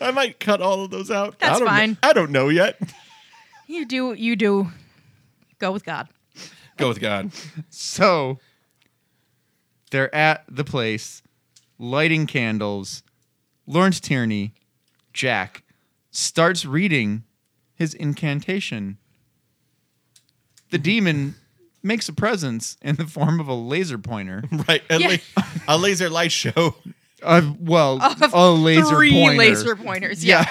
I might cut all of those out. I That's don't kn- fine. I don't know yet. You do, you do. Go with God. Go with God. So they're at the place, lighting candles. Lawrence Tierney, Jack, starts reading his incantation. The demon makes a presence in the form of a laser pointer. Right. A, Yeah. la- a laser light show. Uh, well, Of a laser three pointer. laser pointers. yeah.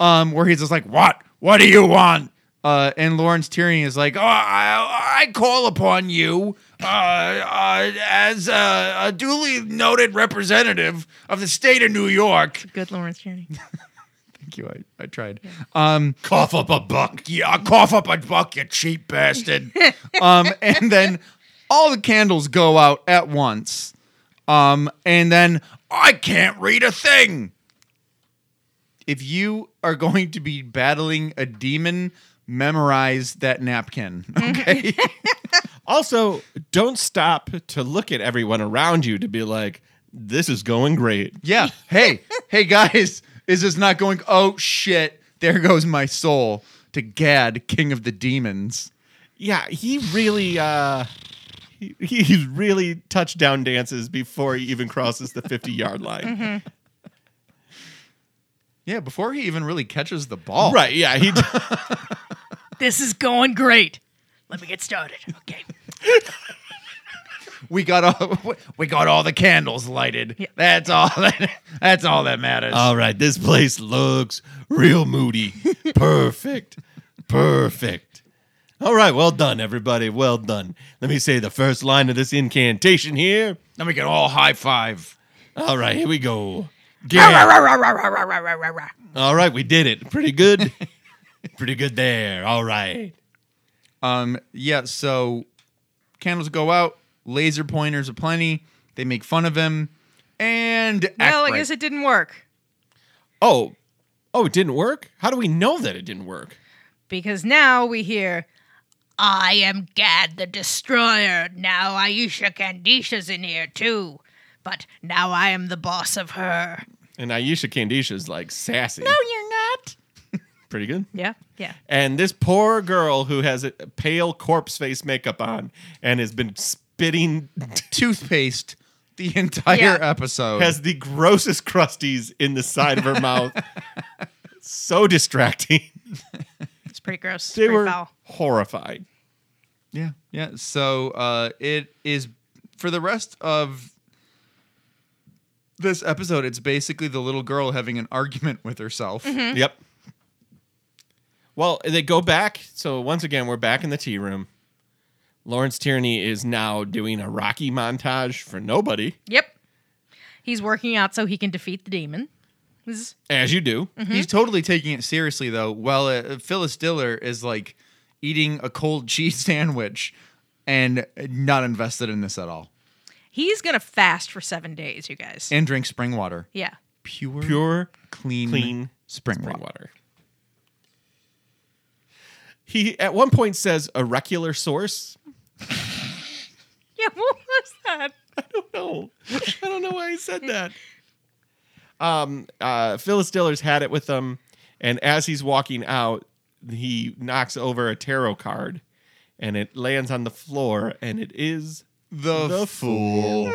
Yeah. Um, where he's just like, "What? What do you want?" Uh, and Lawrence Tierney is like, "Oh, I, I call upon you uh, uh, as a, a duly noted representative of the state of New York." Good Lawrence Journey. Thank you. I, I tried. Um, Cough up a buck. Yeah, cough up a buck, you cheap bastard. um, and then all the candles go out at once. Um, and then I can't read a thing. If you are going to be battling a demon, memorize that napkin. Okay. Also, don't stop to look at everyone around you to be like, this is going great. yeah. Hey, hey guys, is this not going? Oh shit! There goes my soul to Gad, king of the demons. Yeah, he really uh he, he's really touchdown dances before he even crosses the 50 yard line. Yeah. Before he even really catches the ball. Oh. Right, yeah. He d- This is going great. Let me get started. Okay. we got all we got all the candles lighted. That's all that that's all that matters. Uh, All right, this place looks real moody. Perfect. Perfect. All right, well done, everybody. Well done. Let me say the first line of this incantation here. then we can all high five. All right, here we go. Gad. All right, we did it. Pretty good. Pretty good there. All right. Um yeah, so candles go out, laser pointers aplenty. They make fun of him. And Well, I guess it didn't work. Oh, oh, it didn't work? How do we know that it didn't work? because now we hear I am Gad the Destroyer. Now Aisha Candisha's in here too. But now I am the boss of her. And Ayesha Candisha's like sassy. No, you're not. Pretty good. yeah, Oh, yeah. And this poor girl who has a pale corpse face makeup on and has been spitting Toothpaste the entire Yeah. episode. has the grossest crusties in the side of her mouth. So distracting. It's pretty gross. It's They pretty were foul. horrified. Yeah, yeah. So uh, it is for the rest of this episode. It's basically the little girl having an argument with herself. Yep. Well, they go back. So once again, we're back in the tea room. Lawrence Tierney is now doing a Rocky montage for nobody, Yep. He's working out so he can defeat the demon. This is- as you do. He's totally taking it seriously though. While uh, Phyllis Diller is like eating a cold cheese sandwich and not invested in this at all, He's gonna fast for seven days, you guys. and drink spring water, yeah. pure, Pure clean, clean spring, spring water. water. He at one point says irregular source. Yeah, what was that? No, I don't know why he said that. Um, uh, Phyllis Diller's had it with them, and as he's walking out, he knocks over a tarot card, and it lands on the floor, and it is The, The fool. uh,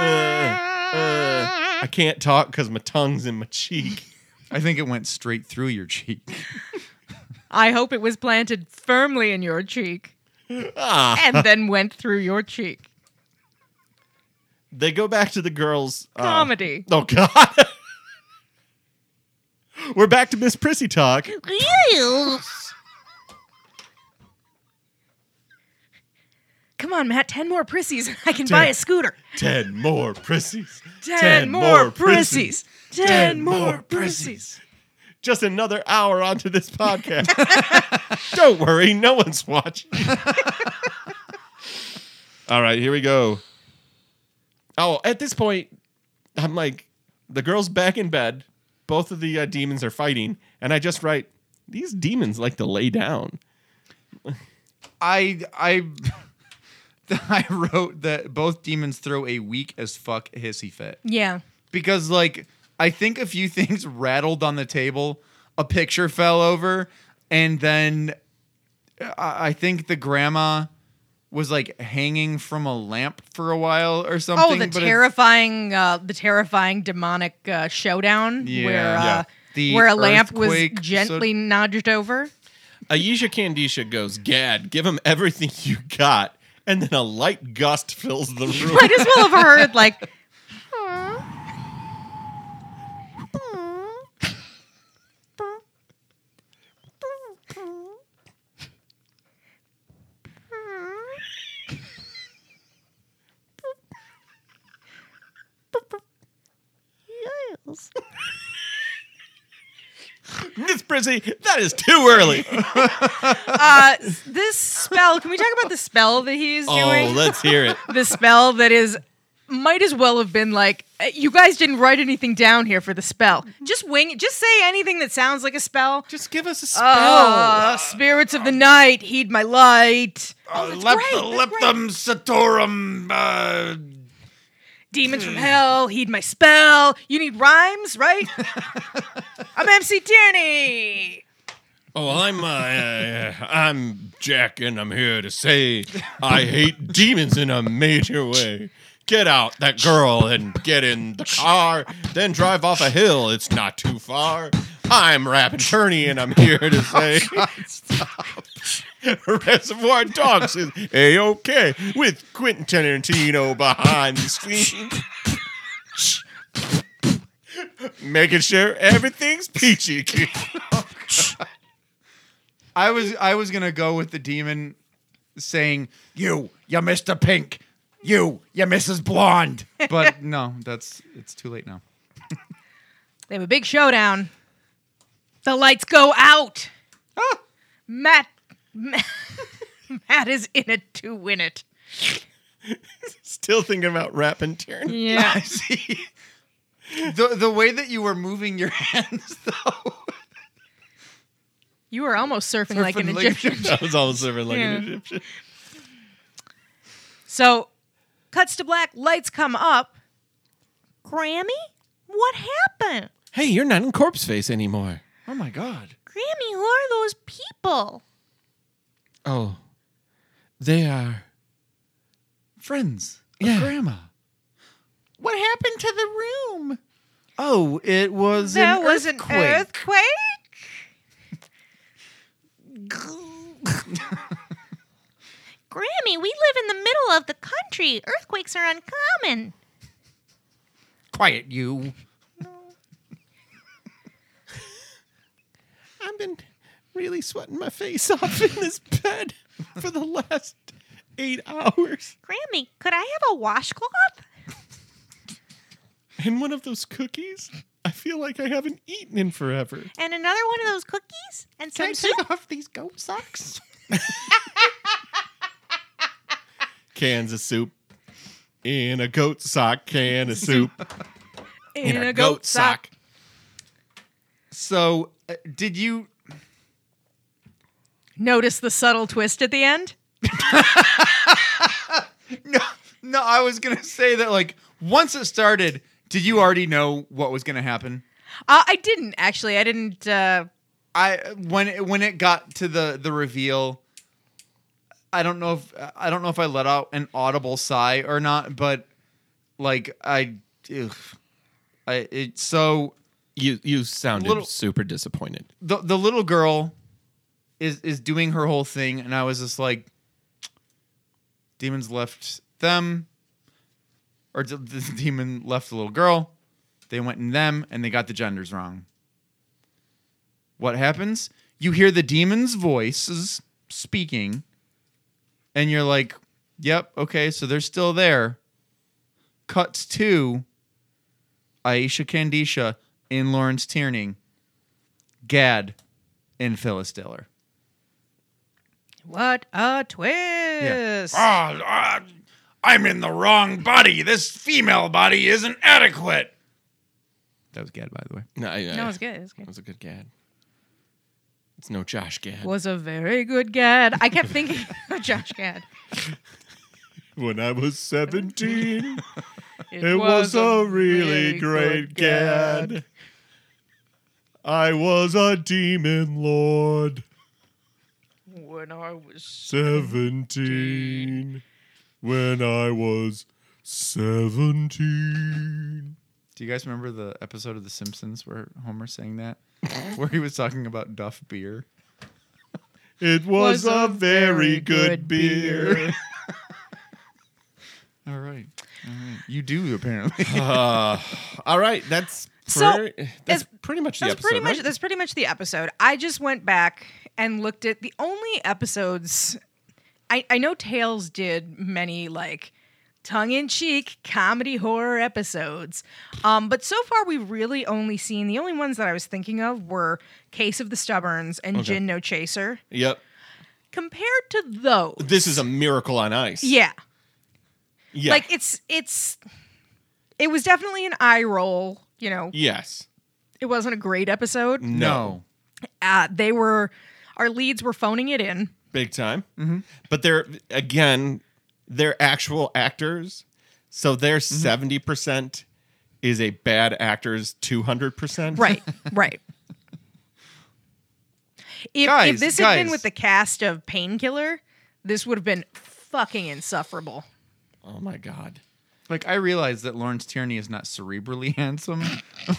uh, I can't talk because my tongue's in my cheek. I think it went straight through your cheek. I hope it was planted firmly in your cheek ah, and then went through your cheek. they go back to the girls. uh, Comedy. oh God, we're back to Miss Prissy talk. Come on, Matt, ten more prissies and I can buy a scooter. Ten more Prissies. Ten, more prissies. Ten, more prissies. Just another hour onto this podcast. Don't worry, no one's watching. All right, here we go. Oh, at this point, I'm like, the girl's back in bed. Both of the uh, demons are fighting, and I just write, these demons like to lay down. I I I wrote that both demons throw a weak as fuck hissy fit Yeah. because like I think a few things rattled on the table, a picture fell over, and then I, I think the grandma was like hanging from a lamp for a while or Oh, something. the but it's- terrifying, uh, the terrifying demonic uh, showdown Yeah. where uh, Yeah. The where a lamp was earthquake, so- gently nudged over. Ayesha Candisha goes, Gad, give him everything you got. And then a light gust fills the room. Might as well have heard like Miss Prissy, that is too early. uh, this spell. Can we talk about the spell that he's Oh, doing? let's hear it. the spell that is might as well have been like uh, you guys didn't write anything down here for the spell. Just wing. Just say anything that sounds like a spell. Just give us a spell. Oh, spirits of the night, heed my light. Oh, that's great, that's great. satorum. Uh, Demons from hell, heed my spell. You need rhymes, right? I'm MC Tierney. Oh, well, I'm uh, uh, I'm Jack, and I'm here to say I hate demons in a major way. Get out that girl and get in the car, then drive off a hill. It's not too far. I'm Rap Attorney, and I'm here to say Reservoir Dogs is a okay with Quentin Tarantino behind the scenes. Making sure everything's peachy. I was I was gonna go with the demon saying, "You, you're Mister Pink. You, you're Mrs. Blonde." But no, that's it's too late now. They have a big showdown. The lights go out. Matt, Matt, Matt is in it to win it. Still thinking about Rap and Tarantino. Yeah. See, the the way that you were moving your hands though. You were almost surfing, like an Surfing like- Egyptian. I was almost over like an Yeah. Egyptian. So, cuts to black, lights come up. Grammy, what happened? Hey, you're not in corpse face anymore. Oh my god. Grammy, who are those people? Oh, they are. Friends. of Yeah. Grandma. What happened to the room? Oh, it was There an was earthquake. an earthquake? Grammy, we live in the middle of the country. Earthquakes are uncommon. Quiet you. I've been really sweating my face off in this bed for the last eight hours. Grammy, could I have a washcloth? And one of those cookies, I feel like I haven't eaten in forever. And another one of those cookies? And some soup? off these goat socks? Cans of soup. In a goat sock can of soup. In, So, uh, did you Notice the subtle twist at the end? No, no, I was gonna say that like once it started, did you already know what was gonna happen? Uh, I didn't, actually. I didn't. Uh, I when it, when it got to the the reveal, I don't know if I don't know if I let out an audible sigh or not, but like I, ugh, I it so You you sounded Little- super disappointed. the the little girl is is doing her whole thing, and I was just like, demons left them, or d- the demon left the little girl. They went in them, and they got the genders wrong. What happens? You hear the demon's voices speaking, and you're like, "Yep, okay, so they're still there." Cuts to Aisha Candisha in Lawrence Tierney. Gad and Phyllis Diller. what a twist! Ah. I'm in the wrong body. This female body isn't adequate. That was Gad, by the way. No, I, I, No, it was good. It was It good. was a good gad. It's no Josh Gad. Was a very good Gad. I kept thinking of Josh Gad. When I was 17, It, I was a demon lord. When I was 17 when I was 17. Do you guys remember the episode of The Simpsons where Homer sang that? where he was talking about Duff beer? It was a very good beer. All right. All right. You do, apparently. all right, that's So, pre- that's it's- pretty much the That's episode. pretty much right? that's pretty much the episode. I just went back and looked at the only episodes. I, I know Tales did many like tongue-in-cheek comedy horror episodes, um, but so far we've really only seen the only ones that I was thinking of were Case of the Stubborns and Okay. Gin No Chaser. Yep. Compared to those, This is a miracle on ice. yeah, Yeah. like it's it's it was definitely an eye roll. You know, yes. it wasn't a great episode. No. no. Uh, they were our leads were phoning it in. Big time. But they're again, they're actual actors. So their 70% is a bad actor's 200%. Right, right. If, Guys, if this had been guys. with the cast of Painkiller, this would have been fucking insufferable. Oh my god. Like, I realize that Lawrence Tierney is not cerebrally handsome,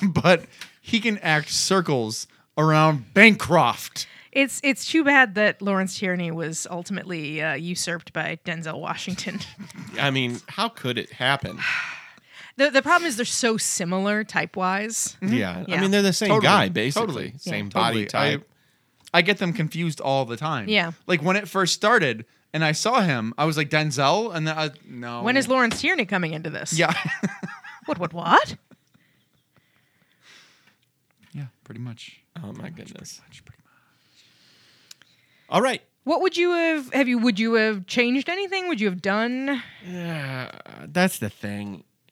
but he can act circles around Bancroft. It's it's too bad that Lawrence Tierney was ultimately uh, usurped by Denzel Washington. I mean, how could it happen? the The problem is they're so similar type wise. Yeah. I Yeah. mean, they're the same Totally. guy, basically. Totally. Same Yeah. body Totally. I- type. I get them confused all the time. Yeah. Like when it first started and I saw him, I was like Denzel, and then I no. When is Lawrence Tierney coming into this? Yeah. What? What? What? yeah. Pretty much. oh, my goodness. Pretty much. All right. What would you have? Have you? Would you have changed anything? Would you have done? I Yeah, that's the thing.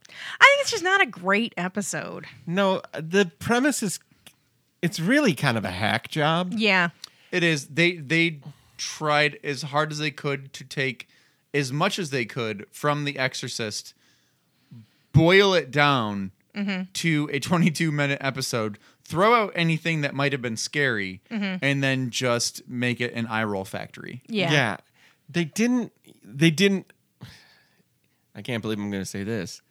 think it's just not a great episode. No, the premise is it's really kind of a hack job. Yeah. It is they they tried as hard as they could to take as much as they could from The Exorcist, boil it down Mm-hmm. to a 22 minute episode, throw out anything that might have been scary, Mm-hmm. and then just make it an eye roll factory. Yeah. They didn't they didn't I can't believe I'm going to say this.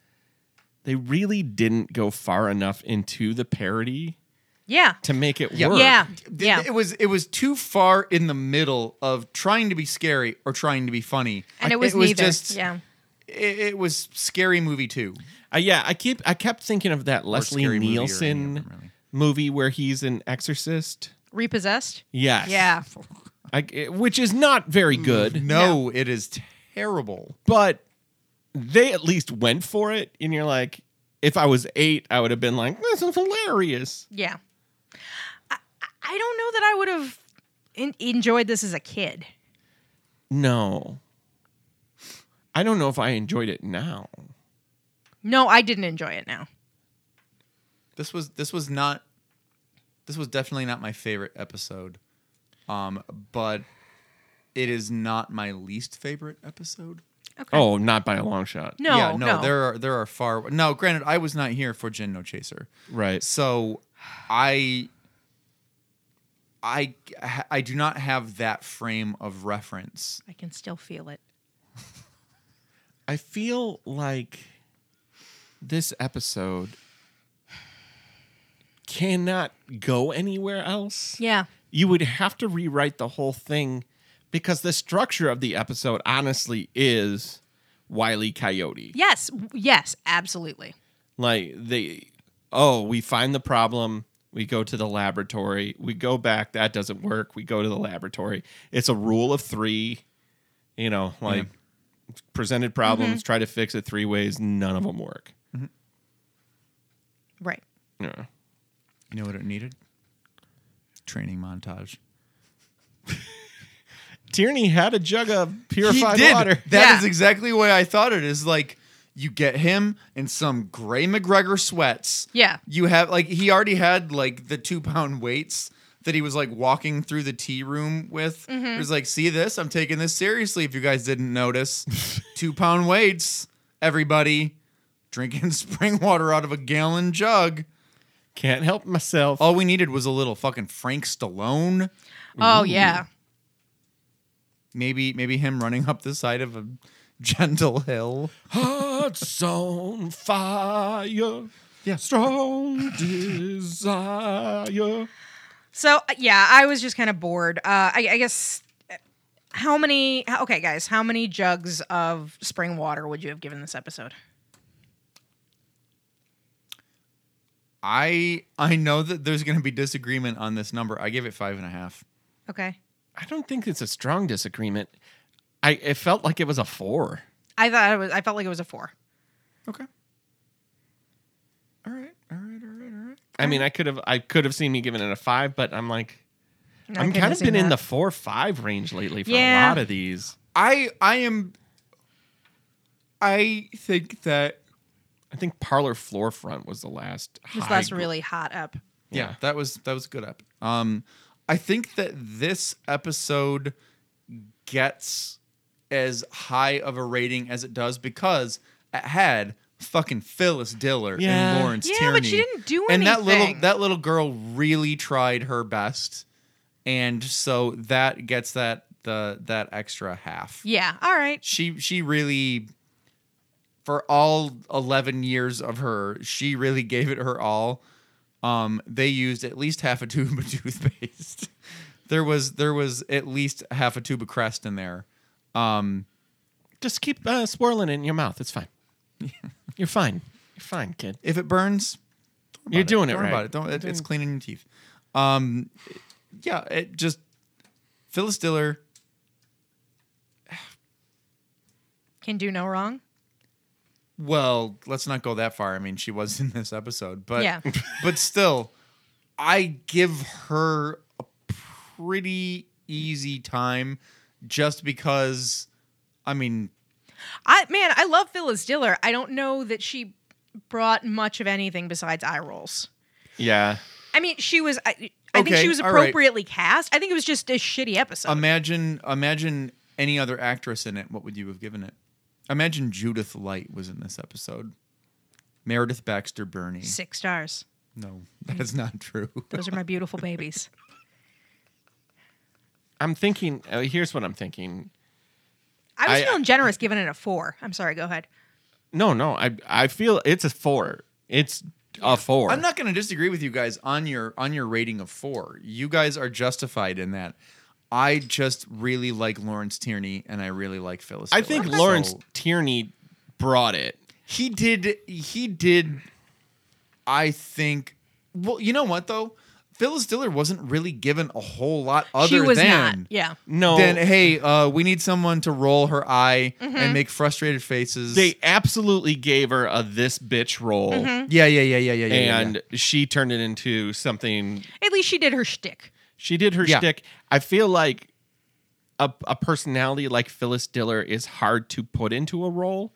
They really didn't go far enough into the parody Yeah. to make it Yeah. work. Yeah. Th- Yeah. It was it was too far in the middle of trying to be scary or trying to be funny. And it was, neither. just yeah. it, it was scary movie too. Uh, yeah, I keep I kept thinking of that Leslie Scary Movie or any of Nielsen them, really. movie where he's an exorcist. Repossessed. Yes. Yeah. I, it- which is not very Mm-hmm. good, No, it is terrible. but they at least went for it. And you're like, if I was eight, I would have been like, this is hilarious. Yeah. I, I don't know that I would have en- enjoyed this as a kid. No. I don't know if I enjoyed it now. No, I didn't enjoy it now. This was this was not this was definitely not my favorite episode. Um but it is not my least favorite episode. Okay. Oh, not by a long shot. No, yeah, no, no. there are there are far No, granted I was not here for Jin No Chaser. Right. So I I I do not have that frame of reference. I can still feel it. I feel like this episode cannot go anywhere else. Yeah. You would have to rewrite the whole thing because the structure of the episode honestly is Wiley Coyote. Yes. w- Yes. Absolutely. Like they oh, we find the problem, we go to the laboratory, we go back, that doesn't work, we go to the laboratory. It's a rule of 3, you know, like presented problems, try to fix it three ways, none of them work. Right. Yeah. You know what it needed? Training montage. Tierney had a jug of purified he did. water. That Yeah. is exactly what I thought it is. Like you get him in some gray McGregor sweats. Yeah. You have like he already had like the two pound weights that he was like walking through the tea room with. Mm-hmm. He was like, see this? I'm taking this seriously. If you guys didn't notice, two pound weights, everybody drinking spring water out of a gallon jug. Can't help myself. All we needed was a little fucking Frank Stallone. Oh yeah. Maybe maybe him running up the side of a gentle hill. Hearts on fire, Yeah. strong desire. So uh, yeah, I was just kind of bored. Uh, I, I guess uh, how many? how- Okay, guys, how many jugs of spring water would you have given this episode? I I know that there's going to be disagreement on this number. I give it five and a half. Okay, I don't think it's a strong disagreement. I it felt like it was a four. I thought it was. I felt like it was a four. Okay. All right. All right. All right. All right. I mean, I could have I could have seen me giving it a five, but I'm like And I I'm couldn't kind have of seen been in that. the four five range lately for a Yeah. lot of these. I I am. I think that I think Parlor Floor Front was the last. This high last gr- really hot up. yeah, Yeah. that was that was a good up. Um, I think that this episode gets as high of a rating as it does because it had fucking Phyllis Diller Yeah. and Lawrence Yeah, Tierney. but she didn't do and that little anything. that little girl really tried her best, and so that gets that the that extra half. Yeah. All right. She she really. For all eleven years of her, she really gave it her all. Um, they used at least half a tube of toothpaste. there was there was at least half a tube of Crest in there. Just keep uh, swirling it in your mouth. It's fine. You're fine. You're fine, kid. If it burns, don't worry You're about doing it Don't worry right. about it. Don't. It, it's cleaning your teeth. Um, yeah. It just Phyllis Diller. Can do no wrong. Well, let's not go that far. I mean, she was in this episode, but Yeah. but still, I give her a pretty easy time just because. I mean, I man, I love Phyllis Diller. I don't know that she brought much of anything besides eye rolls. Yeah. I mean, she was. I, I think Okay, she was all right. appropriately cast. I think it was just a shitty episode. Imagine, imagine any other actress in it. What would you have given it? Imagine Judith Light was in this episode. Meredith Baxter Burney. Six stars. No, that is not true. Those are my beautiful babies. I'm thinking. Uh, here's what I'm thinking. I was I- feeling generous giving it a four. I'm sorry, go ahead. No, no. I I feel it's a four. It's a four. I'm not going to disagree with you guys on your on your rating of four. You guys are justified in that. I just really like Lawrence Tierney, and I really like Phyllis. I Diller, think so- Lawrence Tierney brought it. he did he did i think well you know what though phyllis diller wasn't really given a whole lot other she was than not. Yeah. No, then hey uh, we need someone to roll her eye Mm-hmm. and make frustrated faces they absolutely gave her a this bitch role, Mm-hmm. yeah yeah yeah yeah yeah yeah, yeah and she turned it into something. At least she did her shtick. She did her Yeah. shtick. I feel like a a personality like Phyllis Diller is hard to put into a role.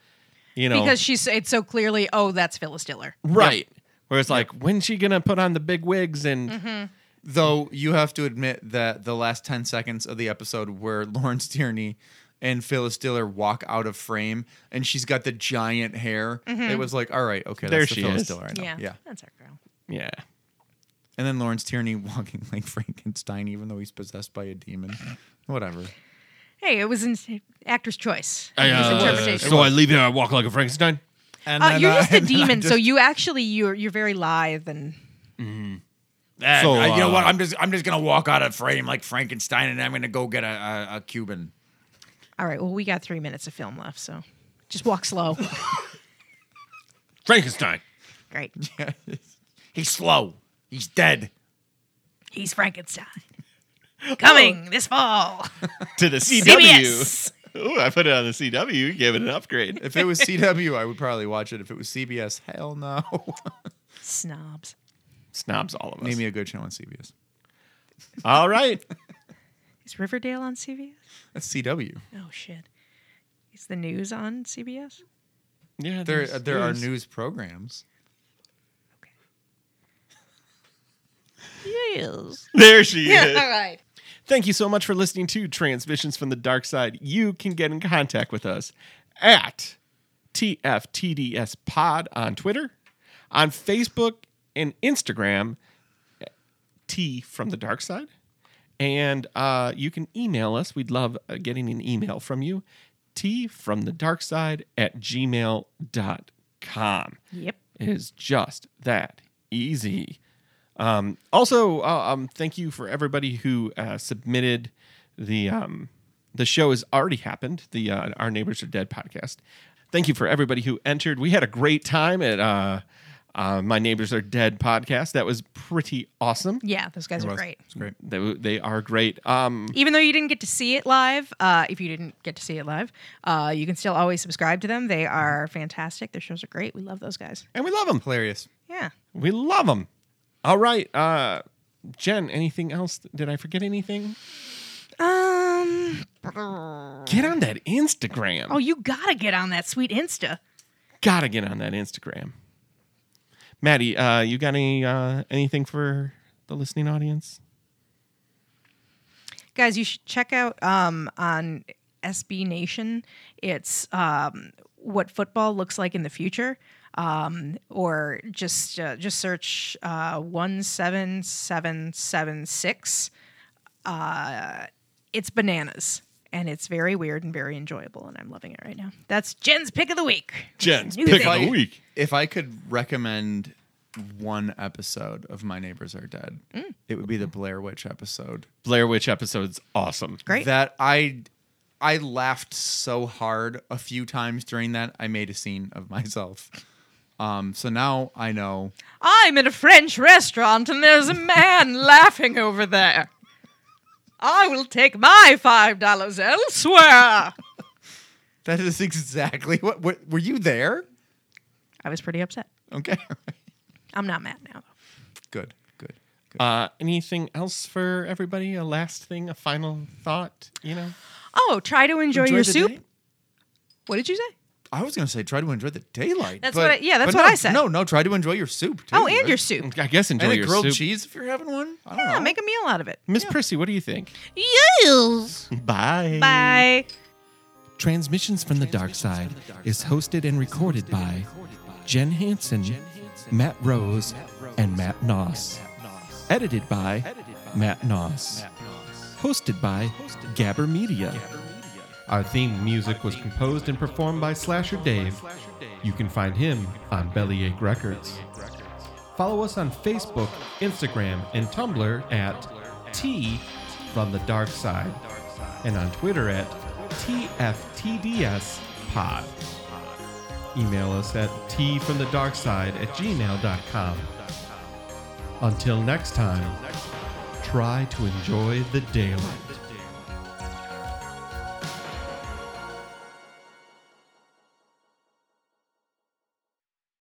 You know, Because she said so clearly, oh, that's Phyllis Diller. right. Where it's like, when's she gonna put on the big wigs and Mm-hmm. though you have to admit that the last 10 seconds of the episode where lawrence tierney and phyllis diller walk out of frame and she's got the giant hair it was like all right okay There that's the she phyllis is. diller i know Mm-hmm. Yeah. yeah That's our girl. yeah? And then Lawrence Tierney walking like Frankenstein, even though he's possessed by a demon. Whatever. Hey, it was an actor's choice. I, It was uh, interpretation. so I leave here. I walk like a Frankenstein. And Uh, you're just a demon, so you actually you're you're very lithe and So, I- you know what? uh, I'm just I'm just gonna walk out of frame like Frankenstein, and I'm gonna go get a a, a Cuban. all right. Well, we got three minutes of film left, so just walk slow. Frankenstein. Great. He's slow. He's dead. He's Frankenstein. Oh. Coming this fall. to the CW. CBS. Ooh, I put it on the CW. You gave it an upgrade. If it was CW, I would probably watch it. If it was CBS, hell no. Snobs. Snobs all of us. Name me a good show on CBS. All right. Is Riverdale on CBS? That's CW. Oh shit. Is the news on CBS? Yeah, There, uh, there's- there are there's- news programs. Yes. There she is. all right. Thank you so much for listening to Transmissions from the Dark Side. You can get in contact with us at TFTDS Pod on Twitter, on Facebook and Instagram, T from the Dark Side. And uh, you can email us. We'd love uh, getting an email from you. T from the dark side at gmail.com Yep. is just that easy. Um, also, uh, um, thank you for everybody who uh, submitted the um, the show has already happened. The uh, Our Neighbors Are Dead podcast. Thank you for everybody who entered. We had a great time at uh, uh, My Neighbors Are Dead podcast. That was pretty awesome. Yeah, those guys are great. It's great. They, they are great. Um, Even though you didn't get to see it live, uh, if you didn't get to see it live, uh, you can still always subscribe to them. They are fantastic. Their shows are great. We love those guys. and we love them. Hilarious. Yeah. We love them. All right. Uh, Jen, anything else? Did I forget anything? Um. Get on that Instagram. Oh, you gotta get on that sweet Insta. gotta get on that Instagram. Maddie, uh, you got any uh, anything for the listening audience? guys you should check out um, on sb nation it's um, what football looks like in the future um, or just uh, just search uh, 17776 uh, it's bananas and it's very weird and very enjoyable and i'm loving it right now that's jen's pick of the week Jen's New pick of If I, if I could recommend one episode of My Neighbors Are Dead, Mm. it would be the Blair Witch episode. Blair Witch episode's awesome. great That I I laughed so hard a few times during that I made a scene of myself. Um, so now I know. i'm in a french restaurant and there's a man laughing over there i will take my five dollars elsewhere That is exactly what, what were you there? I was pretty upset. Okay. I'm not mad now. good. Good. Good. Uh, anything else for everybody? A last thing, a final thought? You know, Oh, try to enjoy, your soup. What did you say? I was gonna say try to enjoy the daylight. That's but- what I- yeah, that's but what no, I said. No, no, try to enjoy your soup. Too, Oh, and right? your soup. I guess enjoy and a your grilled soup. cheese if you're having one. I don't Yeah, know. make a meal out of it. Miss Prissy, what do you think? Yes. Mm. Bye. Bye. Transmissions from the Dark Side is hosted and recorded by Jen Hansen, Matt Rose, and Matt Noss. Edited by Matt Noss. Hosted by Gabber Media. Our theme music was composed and performed by Slasher Dave. You can find him on Bellyache Records. Follow us on Facebook, Instagram, and Tumblr at T from the Dark Side, and on Twitter at TFTDS Pod. Email us at T from the Dark Side at gmail.com. Until next time, try to enjoy the daylight.